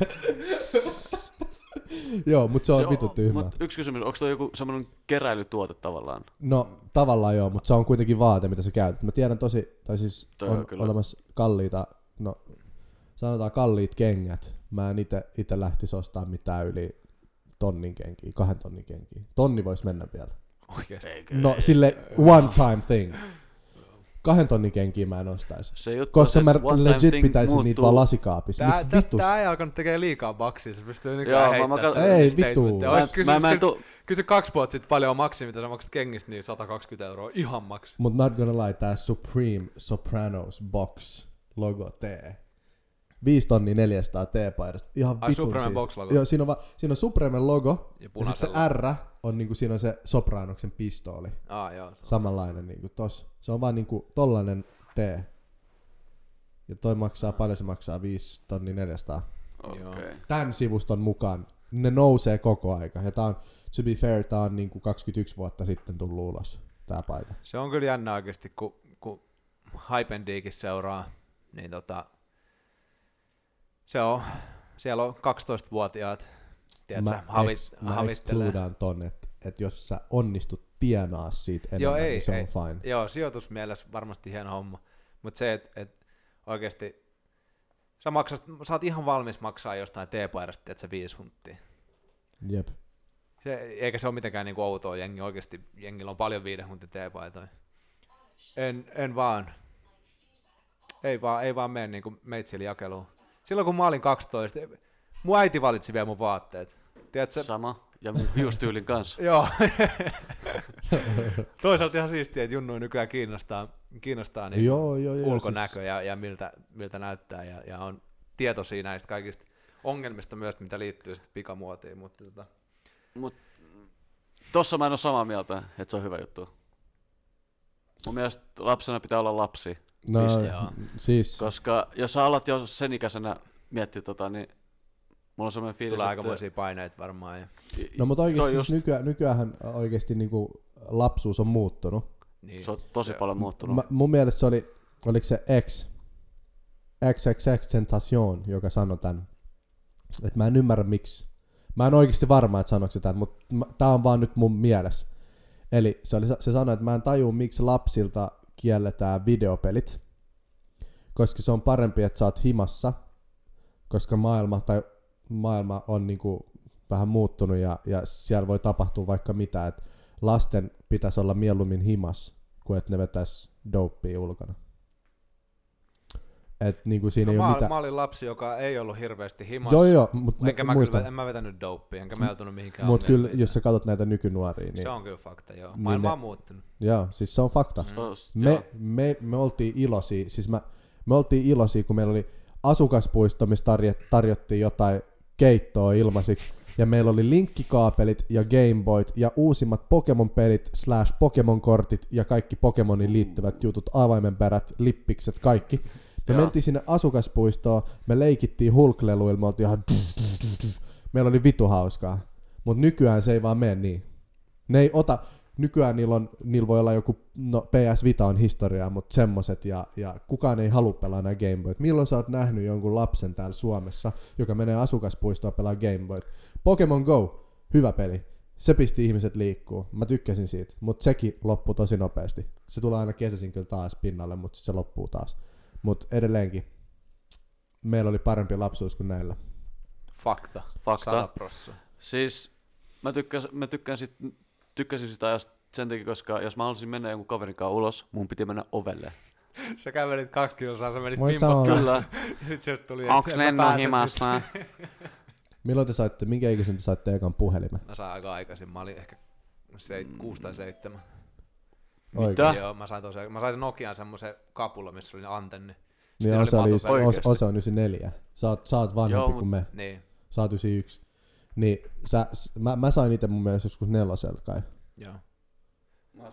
A: Joo, mutta se on vitu tyhmä.
B: mut yksi kysymys, onko toi joku semmoinen keräilytuote tavallaan?
A: No tavallaan joo, mutta se on kuitenkin vaate, mitä sä käytät. Mä tiedän tosi, tai siis
B: Toi on
A: on
B: kyllä.
A: olemassa kalliita, no sanotaan kalliit kengät. Mä en ite, ite lähtisi ostaa mitään yli tonnin kenkiä, kahden tonnin kenkiä. Tonni voisi mennä vielä.
C: Oikeesti.
B: Eikö?
A: No sille one time thing. Kahden tonnin kenkiä mä en ostaisi.
B: Se ei oo
A: Koska
B: se
A: mä
B: one time
A: legit
B: thing
A: pitäisin niitä
B: muuttuu.
A: vaan lasikaapissa.
C: Tää,
A: Miksi
C: tää,
A: vittu?
C: tää ei alkanut tekee liikaa baksia, se pystyy
B: Joo,
C: nykyään
B: mä- mä
C: heittämään.
B: kat-
C: tämmöisiä
A: Ei,
C: statementteja.
A: vittu.
B: Mä,
C: Ois
B: mä, mä en
C: kysynyt-
B: tuu,
C: Kysy kaksi vuotta sitten paljon on maksimi, mitä sä maksat kengistä, niin 120 euroa ihan maksi.
A: Mut not gonna lie, tää Supreme Sopranos Box logo T. 5 tonnia 400 T-paidasta. Ihan
C: Ai,
A: vitun
C: Supreme
A: siisti.
C: Box logo.
A: Joo, siinä on, va- siinä on Supreme logo.
C: Ja
A: Ja sit se
C: punaisella.
A: R on niinku, siinä on se Sopranoksen pistooli.
C: Aa, joo. se on-
A: Samanlainen niinku tos. Se on vaan niinku tollanen T. Ja toi maksaa, paljon se maksaa? 5 tonni 400.
B: okei. Okay.
A: Tän sivuston mukaan ne nousee koko aika. Ja tää on, to be fair, tää on niinku 21 vuotta sitten tullut ulos. Tää paita.
C: Se on kyllä jännä oikeasti, kun, kun Hypendiikin seuraa, niin tota, se on, siellä on 12-vuotiaat, tiedätkö,
A: mä,
C: havi,
A: ex, mä
C: havittelee.
A: excludaan ton, että et jos sä onnistut tienaa siitä enemmän,
C: Joo,
A: niin
C: ei,
A: se on
C: ei.
A: fine.
C: Joo, sijoitusmielessä varmasti hieno homma, mutta se, että et oikeasti sä, maksat, sä oot ihan valmis maksaa jostain teepaidasta, tiedätkö, viisi hunttia.
A: Jep.
C: Se, eikä se ole mitenkään niinku outoa jengi oikeasti. Jengillä on paljon viiden huntin teepaitoja. En, en vaan. Ei vaan, ei vaan mene niinku meitsillä jakeluun. Silloin kun mä olin 12, mun äiti valitsi vielä mun vaatteet. Tiedätkö?
B: Sama. Ja mun hiustyylin kanssa.
C: Joo. Toisaalta ihan siistiä, että junnu nykyään kiinnostaa, kiinnostaa niin
A: Joo, joo, joo,
C: ulkonäkö
A: siis-
C: ja, ja miltä, miltä näyttää ja, ja on tietoisia näistä kaikista ongelmista myös, mitä liittyy sitten pikamuotiin. Mutta tota,
B: Mut tossa mä en oo samaa mieltä, että se on hyvä juttu. Mun mielestä lapsena pitää olla lapsi.
A: No,
C: Piste, joo.
A: siis,
B: Koska jos sä alat jo sen ikäisenä miettiä tota, niin mulla on semmoinen fiilis,
C: tulee aikamoisia paineita varmaan. Ja...
A: no mutta
B: toi
A: oikeesti siis
B: just-
A: nykyään, nykyäänhän oikeesti niinku lapsuus on muuttunut.
C: Niin.
B: se on tosi paljon muuttunut.
A: Mä, mun mielestä se oli, oliko se X, XXX Tentacion, joka sanoi tän, että mä en ymmärrä miksi. Mä en oikeasti varma, että sanoiko se tän, mutta mä- tää on vaan nyt mun mielessä. Eli se, oli, se sanoi, että mä en tajua, miksi lapsilta kielletään videopelit, koska se on parempi, että sä oot himassa, koska maailma, tai maailma on niinku vähän muuttunut ja, ja siellä voi tapahtua vaikka mitä, että lasten pitäisi olla mieluummin himas kuin että ne vetäisi dopea ulkona. Et niinku siinä
C: No,
A: ei
C: mä,
A: ole
C: ol-
A: mitään.
C: mä olin lapsi, joka ei ollut hirveästi himas.
A: Joo, joo, mutta
C: Enkä mä, kyllä,
A: muistan.
C: en mä vetänyt dopea, enkä mä joutunut mihinkään
A: Mutta kyllä,
C: ongelmiin.
A: jos sä katsot näitä nykynuoria, niin
C: Se on Mm. kyllä fakta, joo.
A: Niin
C: Maailma
A: ne-
C: on muuttunut.
A: joo, siis se on fakta.
B: Se on- joo.
A: Me, me, me oltiin iloisia, siis mä, me oltiin iloisia, kun meillä oli asukaspuisto, missä tarjo, tarjottiin jotain keittoa ilmaisiksi, ja meillä oli linkkikaapelit ja Gameboyt ja uusimmat Pokemon-pelit slash Pokemon-kortit ja kaikki Pokemonin liittyvät jutut, avaimenperät, lippikset, kaikki. Me
B: Joo.
A: mentiin sinne asukaspuistoon, me leikittiin hulkleluilla, me oltiin ihan... Meillä oli vitu hauskaa. Mutta nykyään se ei vaan mene niin. Ne ei ota, nykyään niillä, on, niillä voi olla joku, no PS Vita on historiaa, mutta semmoset, ja, ja kukaan ei halua pelaa nämä Gameboyt. Milloin sä oot nähnyt jonkun lapsen täällä Suomessa, joka menee asukaspuistoon pelaa Gameboyt? Pokemon Go, hyvä peli. Se pisti ihmiset liikkuu. Mä tykkäsin siitä, mutta sekin loppuu tosi nopeasti. Se tulee aina kesäisin kyllä taas pinnalle, mutta se loppuu taas. Mutta edelleenkin, meillä oli parempi lapsuus kuin näillä.
C: Fakta.
B: Fakta.
C: Sataprossa.
B: Siis mä, tykkäs, mä tykkään sit, tykkäsin sitä ajasta sen takia, koska jos mä halusin mennä jonkun kaverin kanssa ulos, mun piti mennä ovelle.
C: Sä kävelit kaksi kilsaa, sä menit
A: Voit
C: pimpot
A: sanoa-
C: kyllä.
B: Kyllä.
C: Ja sit sieltä tuli,
B: Onks
C: et en mä pääse nyt.
B: lennonhimassa?
A: Milloin te saitte, minkä ikäisen te saitte ekan puhelimen?
C: Mä sain aika aikaisin. Mä olin ehkä se,
B: Mm.
C: kuusi tai seitsemän. Niin
A: Oikein.
C: Joo, mä sain, tosiaan, mä sain Nokian semmoisen kapulla, missä oli antenni.
A: Niin
C: oli
A: osa, oli,
C: maton päällä.
A: os, osa on 94. Sä oot, sä oot vanhempi
B: Joo,
A: Joo,
B: mut-
A: kuin me.
C: Niin,
A: Sä oot 91. Niin sä, s- mä, mä sain itse mun mielestä joskus nelosella kai.
C: joo.
B: Mä,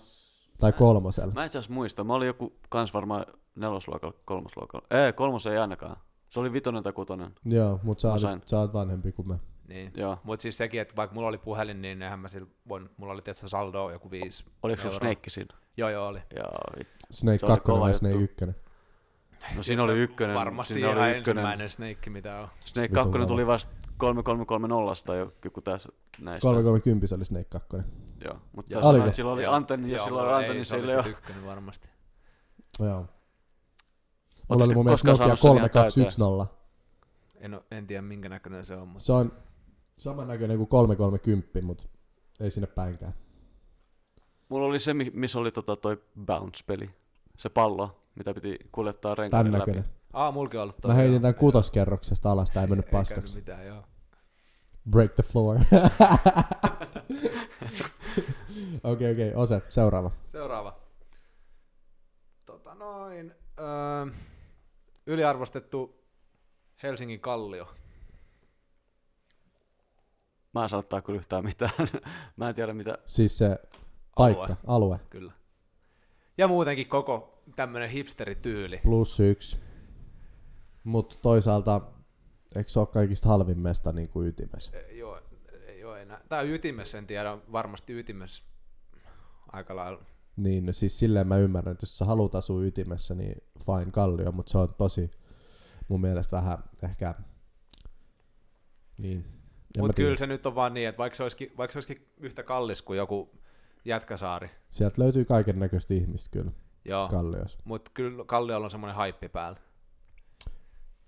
A: Tai kolmosella.
B: mä itse asiassa muista, mä olin joku kans varmaan nelosluokalla, kolmosluokalla. Ei, kolmos ei ainakaan. Se oli vitonen tai kutonen.
A: Joo, mutta sä,
B: Mä
A: oot-
B: sain.
A: sä oot vanhempi kuin me.
C: Niin.
B: Joo.
C: Mutta siis sekin, että vaikka mulla oli puhelin, niin eihän mä sillä voin, mulla oli tietysti saldoa joku viisi.
B: Oliko sun
C: euroa.
B: Snake siinä?
C: Joo, joo, oli.
B: Joo, vittu.
A: Snake
B: Se oli
A: 2
B: kova
A: vai
B: juttu.
A: Snake 1.
B: No siinä oli ykkönen.
C: Varmasti
B: siinä
C: ihan
B: oli ykkönen.
C: ensimmäinen snake, mitä on.
B: Snake
A: Vitun
B: 2
A: kova.
B: tuli vasta 3330 tai joku tässä näistä.
A: 330 oli Snake 2.
B: Joo, mutta
A: Joo.
B: tässä
A: Oliko?
B: sanoit, sillä oli
C: Joo.
B: antenni ja
C: Joo,
B: sillä
C: mulla
B: oli
C: ei,
B: antenni,
C: se oli
B: sillä ei
C: se
B: ole.
C: ykkönen varmasti.
A: Joo. Mulla oli
B: Ootteko te
A: mun mielestä
B: koskaan
A: Nokia
B: saanut sen ihan
A: 3210.
C: En, oo- en tiedä minkä näköinen se on, mutta
A: Se on saman näköinen kuin 330, mutta ei sinne päinkään.
B: Mulla oli se, mi- missä oli tota toi bounce-peli. Se pallo, mitä piti kuljettaa
A: Tän
B: renkaan läpi.
A: näköinen.
C: Aa, mulki on ollut toi.
A: Mä heitin
C: joo.
A: tän kutoskerroksesta alas, tää ei mennyt
C: Ei käynyt
A: paskaksi.
C: mitään, joo.
A: Break the floor. Okei, okei, Ose, seuraava.
C: Seuraava. Tota noin. Öö, yliarvostettu Helsingin kallio.
B: Mä en saattaa kyllä yhtään mitään. Mä en tiedä mitä.
A: Siis se
C: Alue.
A: paikka, alue,
C: Kyllä. Ja muutenkin koko tämmönen hipsterityyli.
A: plus yksi. Mut toisaalta, eikö se ole kaikista halvin mesta niin kuin ytimessä?
C: E, joo, ei oo enää. Tää on ytimessä, en tiedä. on Varmasti ytimessä aika lailla.
A: Niin, no siis silleen mä ymmärrän, että jos sä haluat asua ytimessä, niin fine kallio, mutta se on tosi mun mielestä vähän ehkä... Niin. en mä
C: Mutta
A: tiedä.
C: kyllä se nyt on vaan niin, että vaikka se olisikin, vaikka se olisikin yhtä kallis kuin joku jätkäsaari,
A: Sieltä löytyy kaiken näköistä ihmistä kyllä
C: joo,
A: kalliossa.
C: mutta kyllä Kalliolla on semmoinen haippi päällä.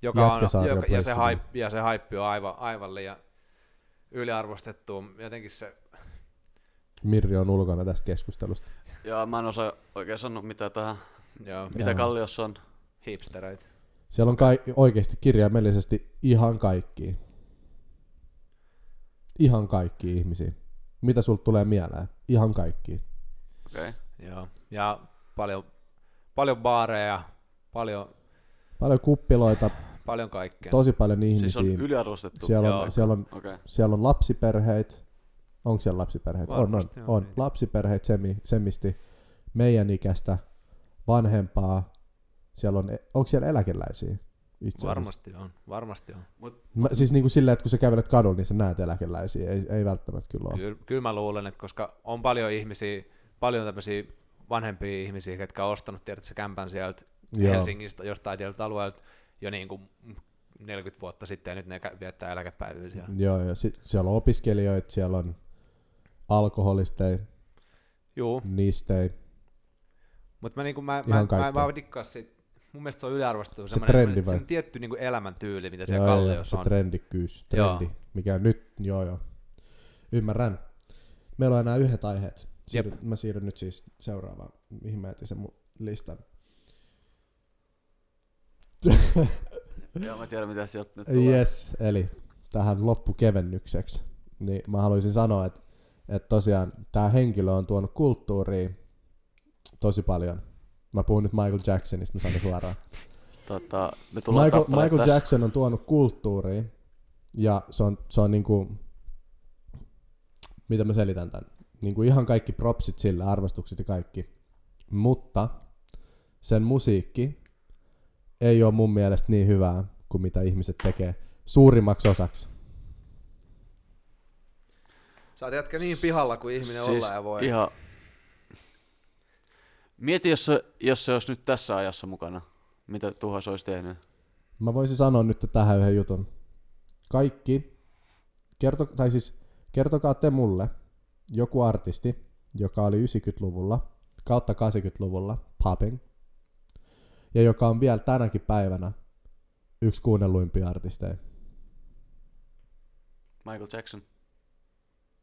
C: Joka on,
A: Jätkäsaari on
C: joka, ja, se
A: PlayStation.
C: haippi, ja se haippi on aivan, aivan liian yliarvostettu. Jotenkin se,
A: Mirri on ulkona tästä keskustelusta.
B: Joo, mä en osaa oikein sanoa mitä tähän.
C: joo,
B: Mitä
A: Joo.
B: kalliossa on.
C: hipstereitä.
A: Siellä on kai, oikeasti kirjaimellisesti ihan kaikki. Ihan kaikki ihmisiä. Mitä sulta tulee mieleen? Ihan kaikki.
B: Okei. Okay.
C: Joo. Ja paljon, paljon baareja, paljon,
A: Paljon kuppiloita,
C: paljon kaikkea.
A: tosi paljon
B: Siis
A: ihmisiä.
B: on yliarvostettu.
A: siellä,
C: Joo.
A: on, siellä, on,
B: Okei. Okay.
A: siellä on lapsiperheitä. Onko siellä lapsiperheitä? On, on,
C: Varmasti on niin.
A: on.
C: niitä.
A: Lapsiperheet semi, semisti meidän ikästä, vanhempaa. Siellä on, onko siellä eläkeläisiä? Itse asiassa.
C: varmasti on, varmasti on.
A: Mä, siis niin kuin silleen, että kun sä kävelet kadulla, niin sä näet eläkeläisiä. Ei, ei välttämättä kyllä ole.
C: Kyllä, kyllä mä luulen, että koska on paljon ihmisiä, paljon tämmöisiä vanhempia ihmisiä, jotka on ostanut tiedätkö, se kämpän sieltä
A: Joo.
C: Helsingistä jostain tietyltä alueelta jo niin kuin 40 vuotta sitten ja nyt ne kä- viettää eläkepäiviä siellä.
A: Joo, ja sit, siellä on opiskelijoita, siellä on alkoholisteja,
C: Juu,
A: nistejä.
C: mutta mä, niin mä, mä,
A: Ihan
C: mä,
A: kaikkea.
C: mä, dikkaan siitä. Mun mielestä se on yliarvostettu.
A: Se
C: semmoinen-
A: trendi vai?
C: semmoinen tietty niin kuin elämäntyyli, mitä siellä
A: Joo, joo,
C: kalliossa
A: se
C: on.
A: trendikkyys,
C: Joo.
A: trendi, mikä nyt, joo joo. Ymmärrän. Meillä on enää yhdet aiheet. Siirry, mä siirryn nyt siis seuraavaan, mihin mä etin sen mun listan.
B: Joo, mä tiedän mitä sieltä nyt tulee.
A: Yes, eli tähän loppukevennykseksi. Niin mä haluaisin sanoa, että, että tosiaan tämä henkilö on tuonut kulttuuriin tosi paljon. Mä puhun nyt Michael Jacksonista, mä sanon suoraan.
B: Tota, me tullaan
A: Michael,
B: kappaleet
A: Michael
B: tässä.
A: Jackson on tuonut kulttuuriin, ja se on, se on niinku, mitä mä selitän tämän, niinku ihan kaikki propsit sille, arvostukset ja kaikki, mutta sen musiikki ei ole mun mielestä niin hyvää kuin mitä ihmiset tekee suurimmaksi osaksi.
C: Sä oot jätkä niin pihalla kuin ihminen siis olla ja voi.
B: Ihan... Mieti, jos se, jos se olisi nyt tässä ajassa mukana. Mitä tuhoa se olisi tehnyt?
A: Mä voisin sanoa nyt tähän yhden jutun. Kaikki, kerto, tai siis kertokaa te mulle joku artisti, joka oli 90-luvulla kautta 80-luvulla popping, ja joka on vielä tänäkin päivänä yksi kuunnelluimpia artisteja.
B: Michael Jackson.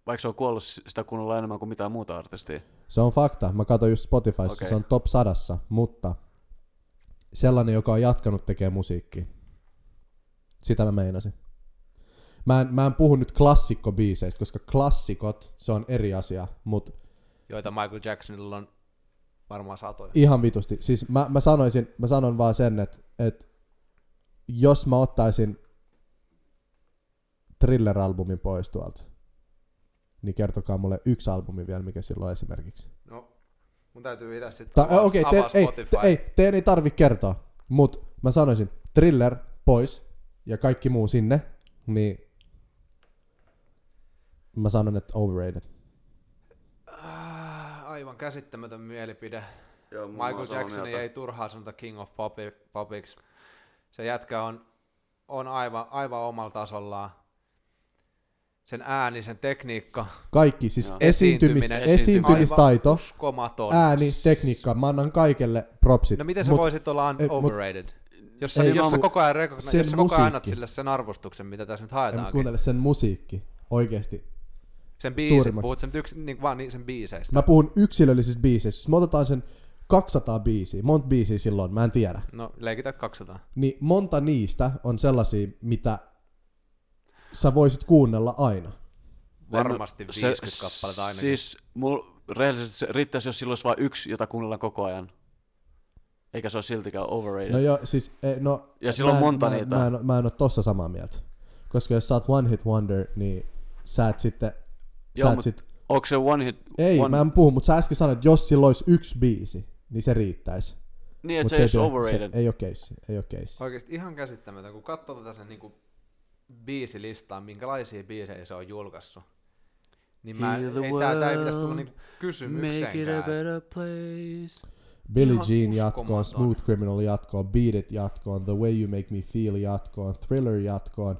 B: Vaikka se on kuollut, s- sitä kuunnellaan enemmän kuin mitään muuta artistia.
A: Se on fakta. Mä katsoin just Spotifyssa, okay.
B: Okei.
A: se on top sadassa, mutta sellainen, joka on jatkanut tekemään musiikkia. Sitä mä meinasin. Mä en, mä en puhu nyt klassikkobiiseistä, koska klassikot, se on eri asia, mutta
C: joita Michael Jacksonilla on varmaan satoja.
A: ihan vitusti. Siis mä, mä, sanoisin, mä sanon vaan sen, että et, jos mä ottaisin Thriller-albumin pois tuolta, niin kertokaa mulle yksi albumi vielä, mikä silloin esimerkiksi.
C: No, mun täytyy itse sitten
A: Ta- Okei, okay, te- ei, te- ei, teidän ei tarvi kertoa, mutta mä sanoisin Thriller pois ja kaikki muu sinne, niin mä sanon, että overrated.
C: Ah, Aivan käsittämätön mielipide.
B: Joo, mulla on
C: Michael
B: samaa
C: Jackson
B: mieltä.
C: ei turhaan sanota King of Popi- Popiksi. Se jätkä on, on aivan, aivan omalla tasollaan. Sen ääni, sen tekniikka,
A: Kaikki, siis
B: Joo.
A: esiintymis,
C: Esiintyminen,
A: esiintymistaito,
C: aivan uskomaton.
A: ääni, tekniikka, mä annan kaikelle propsit.
C: No miten sä
A: mut
C: voisit olla un-
A: ei, mut-
C: overrated? Jos sä,
A: ei,
C: jos sä
A: mut-
C: koko ajan, rekogno-
A: sen
C: jos sä koko ajan annat
A: musiikki.
C: sille sen arvostuksen, mitä tässä nyt
A: en
C: haetaankin.
A: kuuntele sen musiikki, oikeesti.
C: Sen biisit,
A: suurimmaksi.
C: puhut sen, yks, niin, vaan niin, sen biiseistä.
A: Mä puhun yksilöllisistä biiseistä, jos me otetaan sen 200 biisiä, monta biisiä silloin, mä en tiedä.
C: No, leikitään 200.
A: niin monta niistä on sellaisia, mitä sä voisit kuunnella aina.
C: Varmasti
B: En mä-
C: 50 kappaletta ainakin.
B: Siis mul, rehellisesti se riittäisi, jos sillä olisi vain yksi, jota kuunnellaan koko ajan. Eikä se olisi siltikään overrated.
A: No joo, siis, eh, no,
B: Ja sillä on
A: mä en-
B: monta
A: mä,
B: niitä.
A: Mä en, mä en ole tossa samaa mieltä. Koska jos sä oot one hit wonder, niin sä et sitten...
B: Joo,
A: sä et
B: mut
A: sit,
B: Onko se one hit?
A: ei,
B: one,
A: one... mä en puhu, mutta sä äsken sanoit, että jos sillä olisi yksi biisi, niin se riittäisi.
B: niin,
A: Mut
B: että se, ei
A: ei
B: se
A: ole-
B: overrated.
A: Se, ei ole case, ei ole case.
C: Oikeasti ihan käsittämätön, kun katsoo tätä sen niinku biisilistaa, minkälaisia biisejä se on julkaissut. Niin mä,
B: Hear the
C: ei, tää, tää ei pitäisi tulla
B: world,
C: niinku
B: Make it a
C: kysymykseenkään.
B: better place.
A: Billie
C: ihan
A: Jean jatkoon,
C: uskomaton.
A: Smooth Criminal jatkoon, Beat It jatkoon, The Way You Make Me Feel jatkoon, Thriller jatkoon.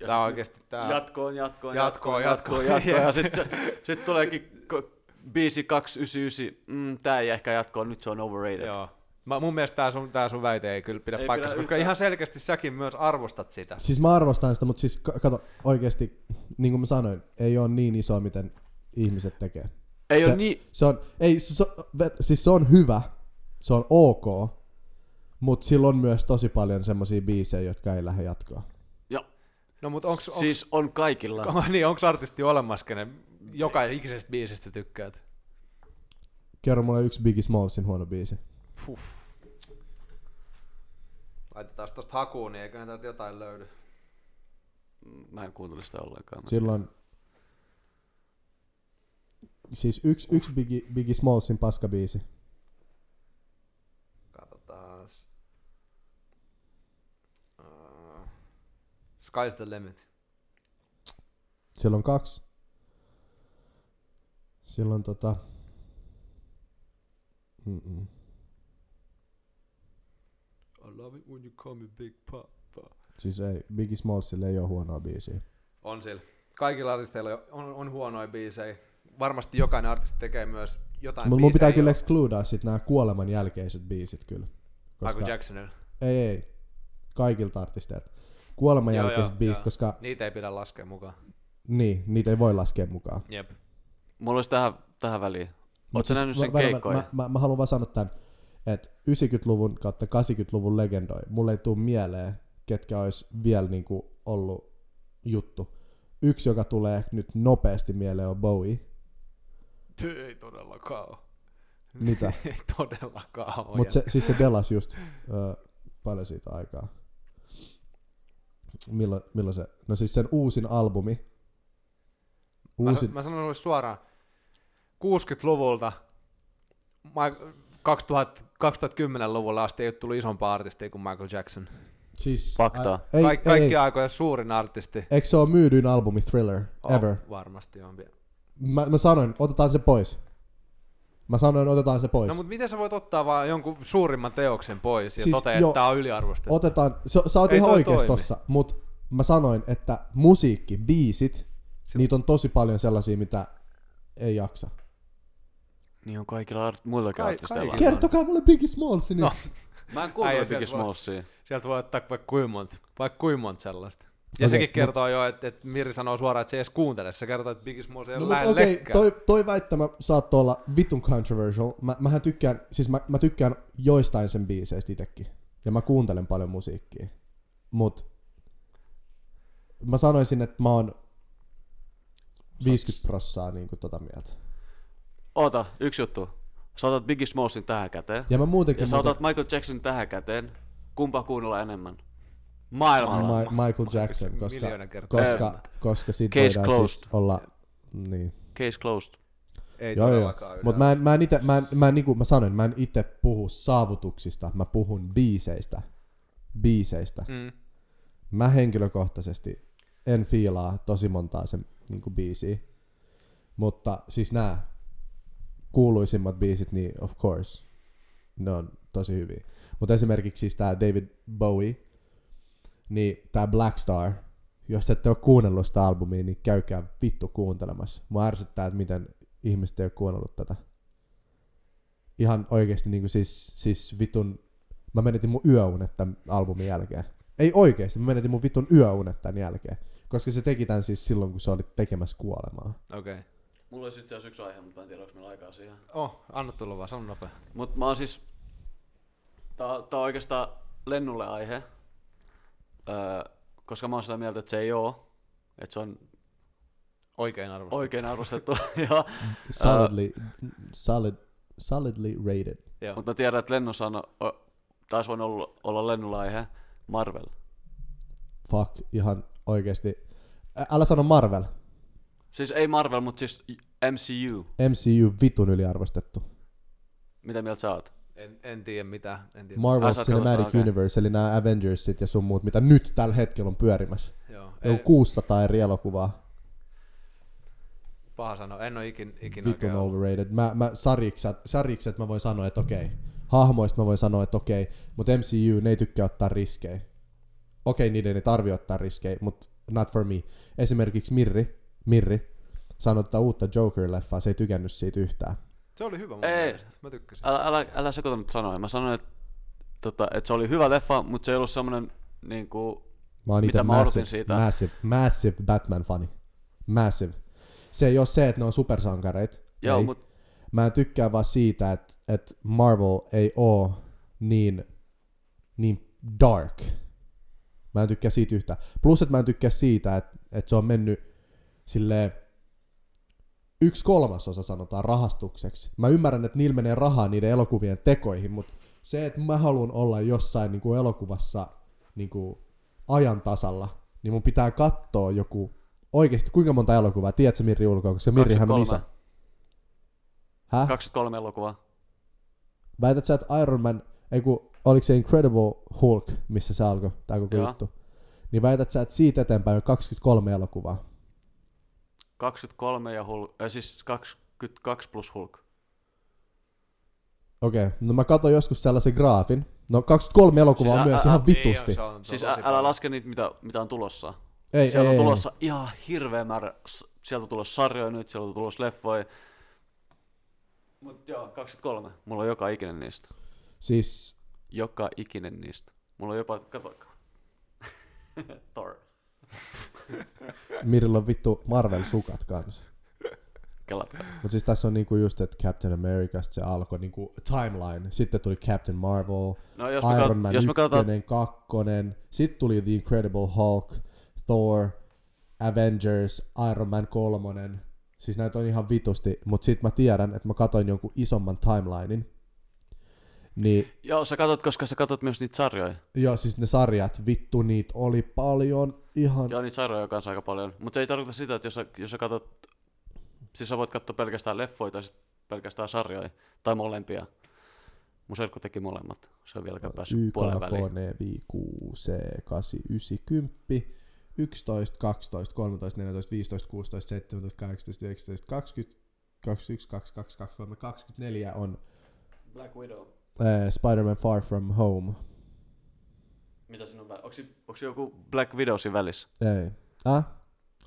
B: Ja
C: Tää on
B: sit-
C: oikeesti tää.
B: Jatkoon, jatkoon, jatkoon,
C: Jatkoon, jatkoon.
B: jatkoon, jatkoon. Ja sitten sit tuleekin ko- biisi 299. Mm, tää ei ehkä jatkoa, nyt se on overrated.
C: Joo. Mä, mun mielestä tää sun, tää sun väite ei kyllä pidä
B: Ei
C: paikkaansa,
B: pidä
C: koska
B: yhtään.
C: ihan selkeästi säkin myös arvostat sitä.
A: Siis mä arvostan sitä, mutta siis ka- kato, oikeasti, niin kuin mä sanoin, ei ole niin iso, miten ihmiset tekee.
B: Ei
A: se,
B: ole niin...
A: Se on, ei, se, se, ve- siis se on hyvä, se on ok, mutta sillä on myös tosi paljon semmoisia biisejä, jotka ei lähde jatkoa.
B: Jo,
C: No mut onks, onks,
B: siis on kaikilla.
C: onks, niin, onks artisti olemassa, kenen joka ikisestä biisistä tykkäät?
A: Kerro mulle yksi Biggie Smallsin huono biisi.
C: Laitetaan tosta hakuun, niin eiköhän täältä jotain löydy.
B: Mä en kuuntele sitä ollenkaan.
A: Silloin Siis yksi, yksi Biggie, Biggie Smallsin paskabiisi.
C: Katsotaan. Uh, sky's the limit.
A: Silloin kaksi. Silloin tota... Mm-mm.
C: I love it when you call me big papa.
A: Siis ei, Biggie Smallsille ei ole huonoa biisiä.
C: On sillä. Kaikilla artisteilla on, on huonoja biisejä. Varmasti jokainen artisti tekee myös jotain
A: Mutta mun pitää
C: biisejä,
A: kyllä excludaa sit nämä kuoleman jälkeiset biisit kyllä.
C: jo-
A: Koska,
C: Michael Jacksonilla.
A: ei, ei. Kaikilta artisteilta. Kuoleman
C: Joo,
A: jälkeiset
C: joo,
A: biisit,
C: joo.
A: koska
C: Niitä ei pidä laskea mukaan.
A: niin, niitä ei voi laskea mukaan.
C: Jep.
B: Mulla olisi tähän, tähän väliin. Oletko
A: siis
B: nähnyt sen
A: mä,
B: keikkoja?
A: mä, mä, mä, mä haluan vaan sanoa tämän, että 90-luvun kautta 80-luvun legendoi. Mulle ei tule mieleen, ketkä olisi vielä niinku ollut juttu. Yksi, joka tulee nyt nopeasti mieleen, on Bowie.
C: Työ ei todellakaan ole.
A: Mitä?
C: ei todellakaan ole.
A: Mutta se, siis se delas just ö, paljon siitä aikaa. Milloin, milloin se? No siis sen uusin albumi.
C: Mä,
A: Uusin,
C: mä sanon sulle suoraan, 60-luvulta Ma- 2000, 2010-luvulla asti ei ole tullut isompaa artistia kuin Michael Jackson.
A: siis,
B: Fakta.
A: Ai, ei,
C: Kaik-
A: ei,
C: kaikki
A: ei.
C: aikojen suurin artisti.
A: Eikö se ole myydyin albumi Thriller ever?
C: Oh, varmasti on vielä.
A: Mä, mä sanoin, otetaan se pois. Mä sanoin, otetaan se pois.
C: No mutta miten sä voit ottaa vaan jonkun suurimman teoksen pois
A: Siis
C: ja siis, totea,
A: joo.
C: että tää on yliarvostettu? Ot-
A: Otetaan, so, sä oot
C: Ei
A: ihan
C: toi
A: oikeassa
C: toimi.
A: tossa, mut mä sanoin, että musiikki, biisit,
C: Se-
A: niitä on tosi paljon sellaisia, mitä ei jaksa.
B: Niin on kaikilla art- muillakin
C: Kai-
B: artisteilla.
C: kaikilla.
A: Kertokaa mulle Biggie Smallsin
C: No.
A: yksi.
B: Mä en kuuntele
C: Äijä
B: Biggie
C: sieltä vaan.
B: Smallsia.
C: Sieltä voi ottaa vaikka kuinka monta, vaikka kuinka monta sellaista.
A: Okei,
C: Ja
A: no-
C: sekin
A: mut-
C: kertoo jo, että, että Miri sanoo suoraan, että se ei edes kuuntele. Se kertoo, että Biggie Smalls ei
A: No,
C: ole
A: mutta
C: no,
A: okei,
C: okay,
A: toi, toi väittämä saattoi olla vitun controversial. Mä, mähän tykkään, siis mä, mä tykkään joistain sen biiseistä itekin. Ja mä kuuntelen paljon musiikkia. Mut mä sanoisin, että mä oon 50 prossaa niinku tota mieltä.
B: Oota, yksi juttu. Sä otat Biggie Smallesin tähän käteen.
A: Ja mä muutenkin...
B: Ja sä otat Michael Jacksonin tähän käteen. Kumpa kuunnella enemmän? Maailmalla.
A: Ma- Michael Jackson, koska,
C: Miljoonan kertaa.
A: koska,
B: Ähm.
A: koska sit
B: Case
A: voidaan siis
B: closed.
A: olla... Niin.
B: Case closed.
C: Ei
A: Joo, joo.
C: todellakaan
A: Mutta mä en, mä en ite, mä en, mä en, niin kuin mä sanoin, mä en itse puhu saavutuksista, mä puhun biiseistä. Biiseistä.
C: Mm.
A: Mä henkilökohtaisesti en fiilaa tosi montaa sen niin kuin biisiä. Mutta siis nämä kuuluisimmat biisit, niin of course, ne on tosi hyviä. Mutta esimerkiksi siis tämä David Bowie, niin tämä Black Star, jos te ette ole kuunnellut sitä albumia, niin käykää vittu kuuntelemassa. Mua ärsyttää, että miten ihmiset ei ole kuunnellut tätä. Ihan oikeasti niin kuin siis, siis vitun... Mä menetin mun yöunet tämän albumin jälkeen. Ei oikeasti, mä menetin mun vitun yöunet tämän jälkeen. Koska se teki tämän siis silloin, kun se oli tekemässä kuolemaa.
C: Okei. Okay.
B: Mulla olisi itse asiassa yksi aihe, mutta mä en tiedä, onko meillä aikaa siihen.
C: Oh, anna tulla vaan, sano nopea.
B: Mut mä oon siis... Tää, tää on oikeastaan lennulle aihe. Öö, koska mä oon sitä mieltä, että se ei oo. Että se on
C: Oikein arvostettu.
B: oikein arvostettu. ja,
A: Mm. Solidly, solid, solidly rated.
C: Joo.
B: mutta mä tiedän, että lennossa on... o- Taas voin olla, olla lennulla aihe. Marvel.
A: Fuck, ihan oikeasti. Ä- Älä sano Marvel.
B: Siis ei Marvel, mutta siis MCU.
A: MCU vitun yliarvostettu.
B: Mitä mieltä sä oot?
C: En, en tiedä mitä. En tiedä.
A: Marvel
B: Ai, sä oot
A: Cinematic
B: katsonut, okei.
A: Universe, eli nämä Avengersit ja sun muut, mitä nyt tällä hetkellä on pyörimässä.
C: Joo.
A: Ei.
C: Ei,
A: 600 eri elokuvaa.
C: paha sanoa. En ole ikin, ikin
A: Vitun
C: oikein ollut.
A: overrated. Mä, mä sarikset, sarikset mä voin sanoa, että okei. Hahmoista mä voin sanoa, että okei. Mutta MCU, ne ei tykkää ottaa riskejä. Okei, niiden ei tarvi ottaa riskejä, mutta not for me. Esimerkiksi Mirri, Mirri sanoi, että uutta Joker-leffaa, se ei tykännyt siitä yhtään.
C: Se oli hyvä mun
B: Ei.
C: mielestä. Mä tykkäsin.
B: Älä, älä, älä sekoita nyt sanoja. Mä sanoin, että, tota, että se oli hyvä leffa, mutta se ei ollut semmonen niinku...
A: Mä oon
B: Mitä
A: itse
B: mä odotin
A: massive,
B: siitä?
A: massive, massive Batman-fani. Massive. Se ei ole se, että ne on supersankareita.
B: Joo,
A: ei.
B: mut
A: Mä en tykkää vaan siitä, että, että Marvel ei oo niin, niin dark. Mä en tykkää siitä yhtään. Plus, että mä en tykkää siitä, että, että se on mennyt silleen yksi kolmasosa sanotaan rahastukseksi. Mä ymmärrän, että niillä menee rahaa niiden elokuvien tekoihin, mutta se, että mä haluan olla jossain niin kuin elokuvassa niin kuin ajan tasalla, niin mun pitää katsoa joku oikeasti kuinka monta elokuvaa. Tiedätkö Mirri ulkoa, koska Mirrihän on iso.
B: 23.
A: Häh?
B: 23 elokuvaa.
A: Väität sä, että Iron Man, ei kun, oliko se Incredible Hulk, missä se alkoi, tämä koko
B: Joo.
A: juttu. Niin väität sä, että siitä eteenpäin on 23 elokuvaa.
B: 23 ja Hulk, äh, siis 22 plus Hulk.
A: Okei, okay. no mä katsoin joskus sellaisen graafin. No 23 elokuvaa
B: Siis
A: on
B: ä-
A: myös
B: ä-
A: ihan vitusti.
C: Ei, se on, se on
B: Siis
C: tosi
B: ä, älä
C: paljon.
B: laske niitä, mitä, mitä on tulossa.
A: ei, ei,
B: Sieltä on
A: ei,
B: tulossa ihan hirveä määrä. S- Sieltä on tulossa sarjoja nyt, sieltä on tulossa leffoja. Mut joo, 23. Mulla on joka ikinen niistä.
A: Siis,
B: Joka ikinen niistä. Mulla on jopa, kato. Thor.
A: Mirillä on vittu Marvel-sukat kanssa.
B: Kelatkaa.
A: Mutta siis tässä on niinku just, että Captain Americasta se alkoi niinku timeline. Sitten tuli Captain Marvel,
B: No jos me,
A: Iron
B: kat-
A: Man
B: jos me katsotaan,
A: ykkönen, kakkonen. Sitten tuli The Incredible Hulk, Thor, Avengers, Iron Man kolmonen. Siis näitä on ihan vitusti, mutta sitten mä tiedän, että mä katoin jonkun isomman timelinein. Niin,
B: joo sä katot, koska sä katot myös niitä sarjoja.
A: joo, siis ne sarjat, vittu, niitä oli paljon ihan...
B: Joo, niitä sarjoja on kanssa aika paljon. Mutta se ei tarkoita sitä, että jos sä, jos sä katot... Siis sä voit katsoa pelkästään leffoja tai sit pelkästään sarjoja. Tai molempia. Mun serkku teki molemmat. Se on vieläkään päässyt
A: YK,
B: puolen väliin.
A: Kone, V6, C8, 9, 10, 11, 12, 13, 14, 15, 16, 17, 18, 19, 20, 21, 22, 23, 24 on
B: Black Widow.
A: Äh, Spider-Man Far From Home.
B: Mitä siinä on? Onko, onko joku Black Widow siinä välissä?
A: Ei. Ah?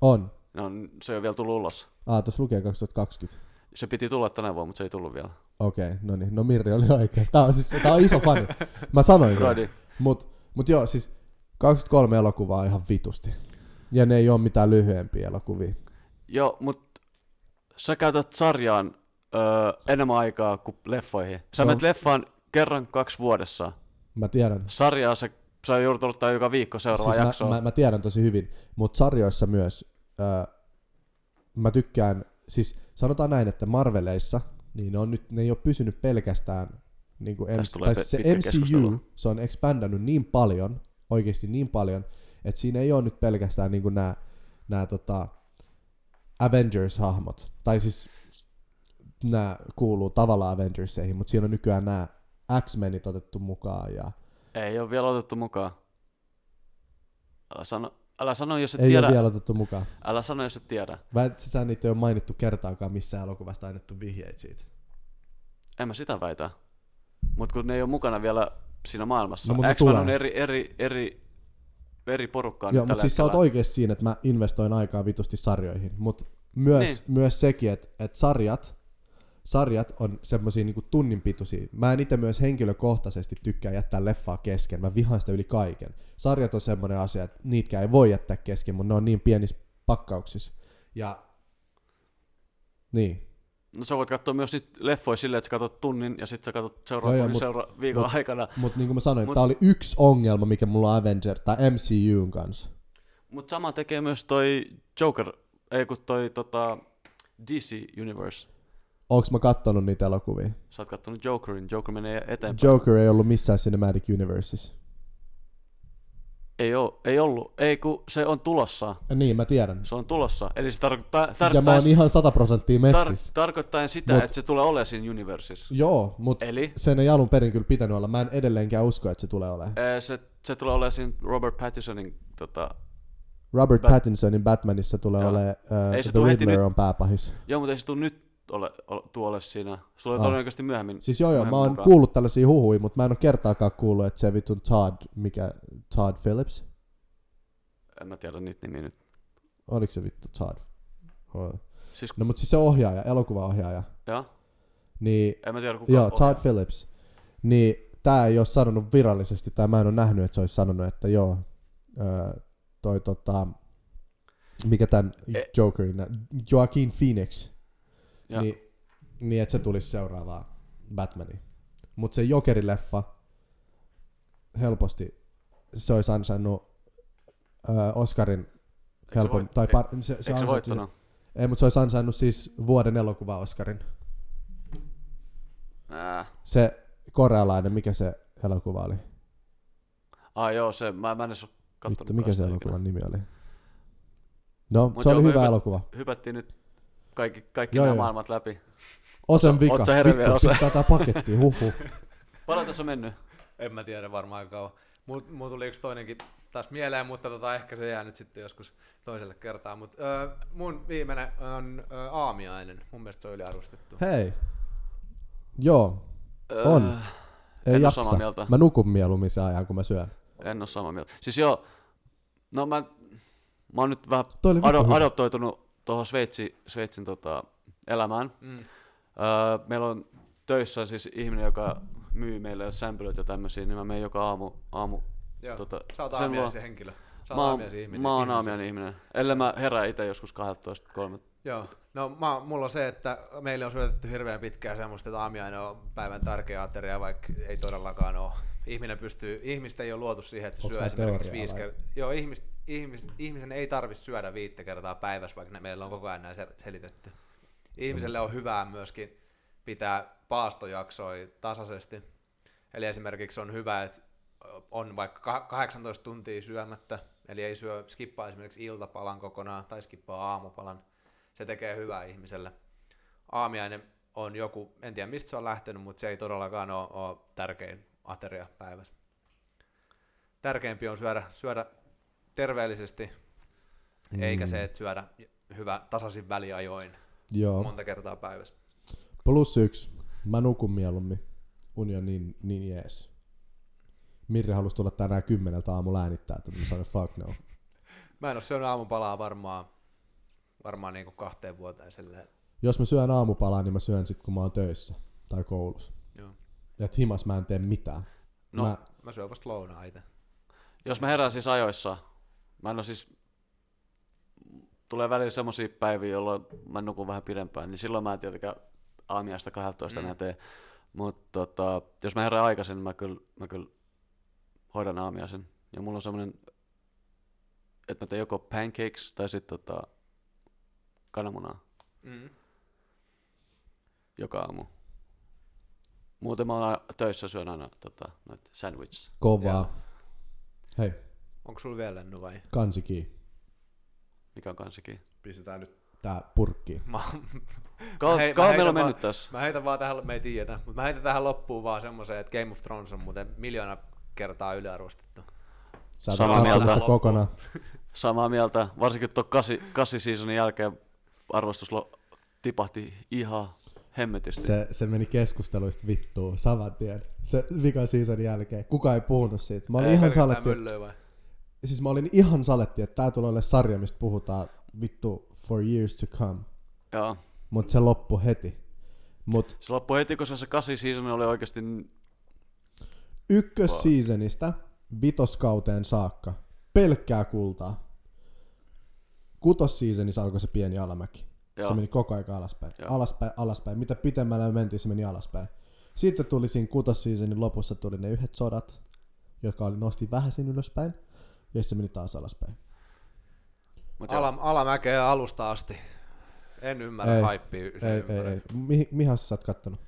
A: On.
B: No, n- se ei ole vielä tullut ulos.
A: Ah, tuossa lukee 2020.
B: Se piti tulla tänä vuonna, mutta se ei tullut vielä.
A: Okei, okay, no niin. No Mirri oli oikeassa. Tää on siis, tää on iso fani. Mä sanoin sen.
B: Brody.
A: Mut, mut joo, siis 23 elokuvaa on ihan vitusti. Ja ne ei ole mitään lyhyempiä elokuvia.
B: Joo, mutta sä käytät sarjaan öö, enemmän aikaa kuin leffoihin.
A: Se
B: Sä
A: on-
B: menet leffaan kerran kaksi vuodessa.
A: Mä tiedän.
B: Sarjaa sä, sä joudut ottaa joka viikko seuraavaa siis
A: Siis
B: jaksoa.
A: mä, mä, mä tiedän tosi hyvin, mutta sarjoissa myös öö, mä tykkään, siis sanotaan näin, että Marveleissa, niin ne, on nyt, ne ei ole pysynyt pelkästään niin kuin
B: Tästä
A: MC, tai
B: tulee pe-
A: se
B: pitkä
A: MCU,
B: keskustelu.
A: se on expandannut niin paljon, oikeasti niin paljon, että siinä ei ole nyt pelkästään niin kuin nämä, nämä tota, Avengers-hahmot, tai siis nämä kuuluu tavallaan Avengerseihin, mutta siinä on nykyään nämä X-Menit otettu mukaan ja
B: Ei ole vielä otettu mukaan. Älä sano, älä sano jos et
A: ei
B: tiedä.
A: ole vielä otettu mukaan.
B: Älä sano, jos et tiedä.
A: Vai et sä niitä ei ole mainittu kertaakaan missään elokuvasta annettu vihjeitä siitä?
B: En mä sitä väitä. Mut kun ne ei ole mukana vielä siinä maailmassa.
A: No,
B: No,
A: mut ne
B: X-Men on
A: tulee.
B: eri, eri, eri, eri porukkaa
A: Joo,
B: nyt
A: mutta
B: tällä
A: siis sä oot
B: hetkellä.
A: oikeassa siinä, että mä investoin aikaa vitusti sarjoihin. Mutta myös, niin. myös sekin, että et sarjat, sarjat on semmosia niinku tunnin pituisia. Mä en itse myös henkilökohtaisesti tykkää jättää leffaa kesken. Mä vihaan sitä yli kaiken. Sarjat on semmoinen asia, että niitäkään ei voi jättää kesken, mutta ne on niin pienissä pakkauksissa. Ja niin,
B: No sä voit katsoa myös niitä leffoja silleen, että sä katsot tunnin ja sitten sä katsot
A: Joo,
B: seuraavan
A: joo,
B: tunnin
A: mut-
B: seura- viikon
A: mut-
B: aikana.
A: mutta niin kuin mä sanoin,
B: Mut-
A: tää oli yksi ongelma, mikä mulla on Avenger tai MCUn kanssa.
B: Mutta sama tekee myös toi Joker, ei kun toi tota, DC Universe.
A: Onks mä kattonut niitä elokuvia?
B: Sä oot kattonut Jokerin, Joker menee eteenpäin.
A: Joker ei ollut missään Cinematic Universes.
B: ei, oo, ei ollut, ei kun se on tulossa.
A: Niin, mä tiedän.
B: Se on tulossa. Eli se tarkoittaa,
A: Ja mä
B: tarkoittaa,
A: oon ihan 100 prosenttia messissä.
B: tar- tarkoittaa sitä,
A: Mut-
B: että se tulee olemaan siinä Universeissa.
A: Joo, mutta
B: Eli
A: sen ei alun perin kyllä pitänyt olla. Mä en edelleenkään usko, että se tulee olemaan.
B: ää, eh, se, se tulee olemaan siinä Robert Pattinsonin tota,
A: Robert
B: Bat-
A: Pattinsonin Batmanissa tulee
B: Joo.
A: olemaan
B: Ei
A: uh,
B: se
A: The
B: tuu heti
A: Riddler
B: nyt.
A: on pääpahis.
B: Joo, mutta ei se tule nyt ole, ole, tuu ole siinä. Se tulee
A: Ah.
B: todennäköisesti myöhemmin.
A: Siis joo joo,
B: Mä
A: mä
B: en
A: oon
B: mukaan.
A: kuullut tällaisia huhuja, mutta mä en oo kertaakaan kuullut, että se vitun Todd, mikä Todd Phillips?
B: En mä tiedä niitä nimiä nyt.
A: Oliko se vittu Todd? Oh.
B: Siis,
A: No mut siis se ohjaaja, elokuvaohjaaja,
B: joo,
A: niin
B: en mä tiedä kuka
A: Joo,
B: on.
A: Todd Phillips. Niin tää ei ole sanonut virallisesti, tai mä en ole nähnyt, että se olisi sanonut, että joo, öö, toi tota, mikä tämän
B: E-
A: Jokerin, nä- Joaquin Phoenix,
B: Joo.
A: niin, niin että se tulisi seuraavaa Batmaniin. Mutta se Jokerileffa helposti, se olisi ansainnut öö, Oscarin
B: Eikö se
A: helpon,
B: voit-
A: tai
B: ei-
A: par, se, se,
B: Eikö se
A: ansaitsi-
B: voittanut?
A: ei, mutta se olisi ansainnut siis vuoden elokuva Oscarin.
B: Äh.
A: Se korealainen, mikä se elokuva oli?
B: Ah joo, se, mä, mä en edes oo kattonut.
A: Vittu, mikä se elokuvan nimi oli? No,
B: Mut
A: se oli
B: joo,
A: hyvä
B: hyvä-
A: elokuva.
B: Hypättiin nyt kaikki, kaikki
A: Joo,
B: nämä
A: joo.
B: maailmat läpi.
A: Osen vika.
B: oot sä herännyt vielä,
A: Vittu,
B: Ose?
A: pistää tää pakettiin, huhu.
B: Paljon tässä on mennyt.
C: En mä tiedä varmaan kauan. Mut, mut tuli yksi toinenkin taas mieleen, mutta tota, ehkä se jää nyt sitten joskus toiselle kertaa. Mut, öö, mun viimeinen on öö, aamiainen. Mun mielestä se on yliarvostettu.
A: Hei. Joo,
B: Öö,
A: on. Ei
B: en oo
A: jaksa.
B: samaa mieltä.
A: Mä nukun mieluummin sen ajan, kun mä syön.
B: En ole samaa mieltä. Siis joo, no mä, mä oon nyt vähän
A: Toi oli vittu
B: ado,
A: hyvä.
B: adoptoitunut tuohon Sveitsi, Sveitsin tota, elämään.
C: Mm.
B: Öö, meillä on töissä siis ihminen, joka myy meille sämpylöitä ja tämmöisiä, niin mä menen joka aamu, aamu
C: Joo,
B: Tota,
C: sä oot
B: sen
C: aamiaisen
B: vaan-
C: henkilö. Sä
B: Mä
C: oot
B: oon,
C: aamiaisen ihminen.
B: mä oon
C: ihmisen.
B: aamiainen ihminen. Ellei mä herää itse joskus 12.30.
C: Joo, no mä, mulla on se, että meille on syötetty hirveän pitkään semmoista, että aamiainen on päivän tärkeä ateria, vaikka ei todellakaan ole. Ihminen pystyy, ihmistä ei ole luotu siihen, että se
A: Onks tää
C: syö esimerkiksi
A: teoria
C: viisi
A: vai?
C: kertaa. Joo, ihmis, ihmis, ihmisen ei tarvitse syödä viittä kertaa päivässä, vaikka ne meillä on koko ajan näin sel- selitetty. Ihmiselle on hyvää myöskin pitää paastojaksoja tasaisesti. Eli esimerkiksi on hyvä, että on vaikka ka- 18 tuntia syömättä, eli ei syö, skippaa esimerkiksi iltapalan kokonaan tai skippaa aamupalan. Se tekee hyvää ihmiselle. Aamiainen on joku, en tiedä mistä se on lähtenyt, mutta se ei todellakaan ole, ole tärkein ateria päivässä. Tärkeämpi on syödä, syödä terveellisesti, mm. eikä se, että syödä hyvä tasaisin väliajoin
A: Joo.
C: monta kertaa päivässä.
A: Plus yksi. Mä nukun mieluummin. Uni on niin, niin jees. Mirri halusi tulla tänään kymmeneltä aamulla äänittää, että mä sanoin fuck no.
C: Mä en ole syönyt aamupalaa varmaan, varmaan niin kahteen vuoteen silleen.
A: Jos mä syön aamupalaa, niin mä syön sit kun mä oon töissä tai koulussa.
C: Joo.
A: Et himas mä en tee mitään.
B: No.
A: Mä,
C: Mä syön vasta lounaa itse.
B: Jos mä herään siis ajoissa, mä en oo siis, tulee välillä semmoisia päiviä, jolloin mä nukun vähän pidempään, niin silloin mä en tietenkään aamiaista 12
C: Mm.
B: enää tee. Mutta tota, jos mä herään aikaisin, niin mä kyllä, mä kyllä hoidan aamiaisen. Ja mulla on semmoinen, että mä teen joko pancakes tai sitten tota, kananmunaa
C: Mm.
B: joka aamu. Muuten mä oon töissä syön aina tota, noit sandwiches.
C: Joo.
A: Kovaa. Hei,
C: Onko sulla vielä lennu vai?
A: kansiki.
B: Mikä on kansikin?
C: Pistetään nyt.
A: Tää purkki.
C: Mä,
B: Kauan
C: hei- mä
B: kauan meillä
C: heitän
B: on
C: vaan-
B: mennyt tässä?
C: mä heitän vaan tähän, me ei tiedetä, mutta mä heitän tähän loppuun vaan semmoisen, että Game of Thrones on muuten miljoona kertaa yliarvostettu.
A: Sä et
B: Samaa
A: ole
B: mieltä.
A: katsonut kokonaan.
B: Samaa mieltä, varsinkin tuon kasi, kasi seasonin jälkeen arvostus lo, tipahti ihan hemmetisti. Se.
A: Se, se meni keskusteluista vittuun saman tien. Se vika season jälkeen. Kuka ei puhunut siitä. Mä olin, ihan
C: Pelkästään
A: saletti,
C: myllyä vai?
A: siis mä olin ihan saletti, että tää tulee olemaan sarja, mistä puhutaan vittu for years to come.
B: Joo.
A: Mut se loppu heti. Mut
B: Se loppui heti, koska se kasi seasoni oli oikeasti...
A: ykkösseasonista vitoskauteen saakka pelkkää kultaa. Kutosseasonissa alkoi se pieni alamäki. Joo. Se
B: Joo.
A: meni koko ajan alaspäin.
B: Joo.
A: Alaspäin, alaspäin. Mitä pitemmällä me mentiin, se meni alaspäin. Sitten tuli siinä kutosseasonin lopussa tuli ne yhdet sodat, jotka oli nosti vähän sinne ylöspäin. Ja se meni taas alaspäin.
B: Mut
C: Ala,
B: Alam.
C: alamäkeä alusta asti. En ymmärrä
A: Ei,
C: hypeä.
A: Ei, ei, ei. Mi- mihin sä oot kattonut?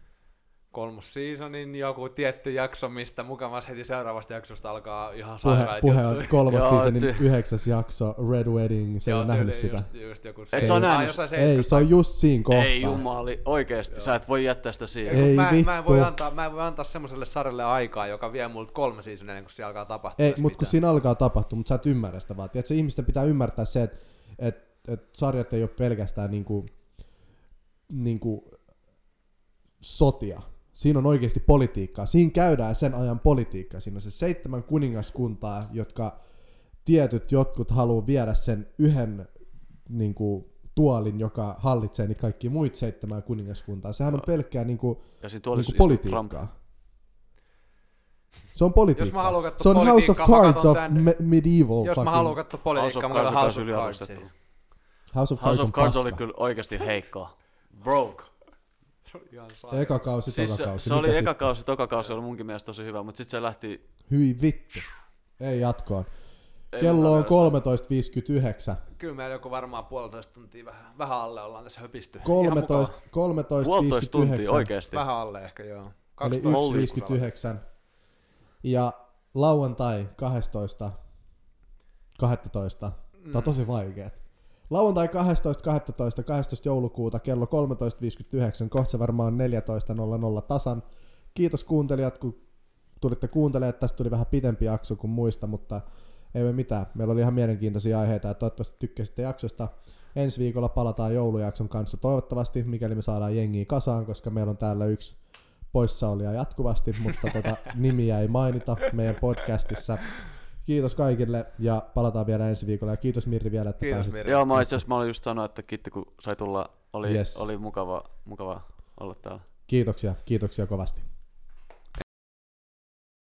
C: Kolmos seasonin joku tietty jakso, mistä mukamas heti seuraavasta jaksosta alkaa ihan
A: Puhe,
C: sairaat
A: puhe on
C: juttuja.
A: kolmas
B: Joo,
A: seasonin
B: ty-
A: yhdeksäs jakso, Red Wedding, se ei ole
C: Joo,
A: nähnyt
C: tyyliin
A: sitä.
C: Just, just joku
B: sä
C: se-
B: oo nähnyt
C: tai jossain
A: Ei, se on just siinä kohtaa.
B: Ei jumali, oikeesti, sä et voi jättää sitä siihen.
A: Ei
C: Ei, mä, mä, en
A: vittu.
C: voi antaa, mä en voi antaa semmoiselle sarjalle aikaa, joka vie multa kolme seasonia ennen kuin se alkaa tapahtua.
A: Ei,
C: edes
A: mutta kun
C: mitään.
A: siinä alkaa tapahtua, mutta sä et ymmärrä sitä vaan. Tiedätkö, ihmisten pitää ymmärtää se, että et, et sarjat ei ole pelkästään niinku, niinku sotia. Siinä on oikeasti politiikkaa. Siinä käydään sen ajan politiikkaa. Siinä on se seitsemän kuningaskuntaa, jotka tietyt jotkut haluaa viedä sen yhden niinku, tuolin, joka hallitsee niitä kaikki muut seitsemän kuningaskuntaa. Sehän on pelkkää niinku,
B: Ja siinä
A: niinku
B: tuolissa istui Trump.
A: politiikkaa. Se on politiikkaa.
C: Jos mä haluan katsoa
A: se on House of
C: politiikkaa, mä
A: Cards
C: katon
A: of
C: tän-
A: me- Medieval
C: Jos mä
A: fucking...
C: haluan katsoa politiikkaa, mä
B: House of
C: katson
B: Cards on
C: House of
B: kyllä
C: Cards.
B: yliarvostettu.
A: House of Cards
B: House
A: on
B: of Cards
A: paska.
B: oli kyllä oikeesti heikkoa. Broke.
C: Se on ihan sairaan.
A: Eka kausi,
B: Siis
A: toka
B: se,
A: kausi.
B: se oli
A: Mikä
B: eka
A: sit?
B: kausi, toka kausi oli munkin mielestä tosi hyvä, mutta sitten se lähti...
A: Hyi vittu. Ei jatkoon.
B: ei
A: Kello on
B: muuta
A: 13.59.
C: Kyllä meillä joku varmaan puolitoista tuntia vähän, vähän alle ollaan tässä höpisty. Ihan
A: 13,
C: mukava.
B: vielä. Puolitoista tuntia
A: 13.59.
B: oikeesti.
C: Vähän alle ehkä, joo.
A: Eli
C: 12.
B: Holy
A: 1.59. Ja lauantai 12. 12. Tää on tosi vaikeet. Lauantai 12. 12. 12. joulukuuta kello 13.59. Kohta se varmaan 14.00 tasan. Kiitos kuuntelijat, kun tulitte kuuntelemaan. Tästä tuli vähän pitempi jakso kuin muista, mutta ei ole mitään. Meillä oli ihan mielenkiintoisia aiheita ja toivottavasti tykkäsitte jaksosta. Ensi viikolla palataan joulujakson kanssa toivottavasti, mikäli me saadaan jengiä kasaan, koska meillä on täällä yksi poissaolija jatkuvasti, mutta tota, nimiä ei mainita meidän podcastissa. Kiitos kaikille ja palataan vielä ensi viikolla. Ja kiitos Mirri vielä, että
C: Kiitos,
A: pääsit.
C: Mirri.
B: Joo, mä itse asiassa mä olin just sanoa, että kiitti kun sai tulla, oli,
A: Yes.
B: yes. oli mukava, mukava olla täällä.
A: Kiitoksia, kiitoksia kovasti.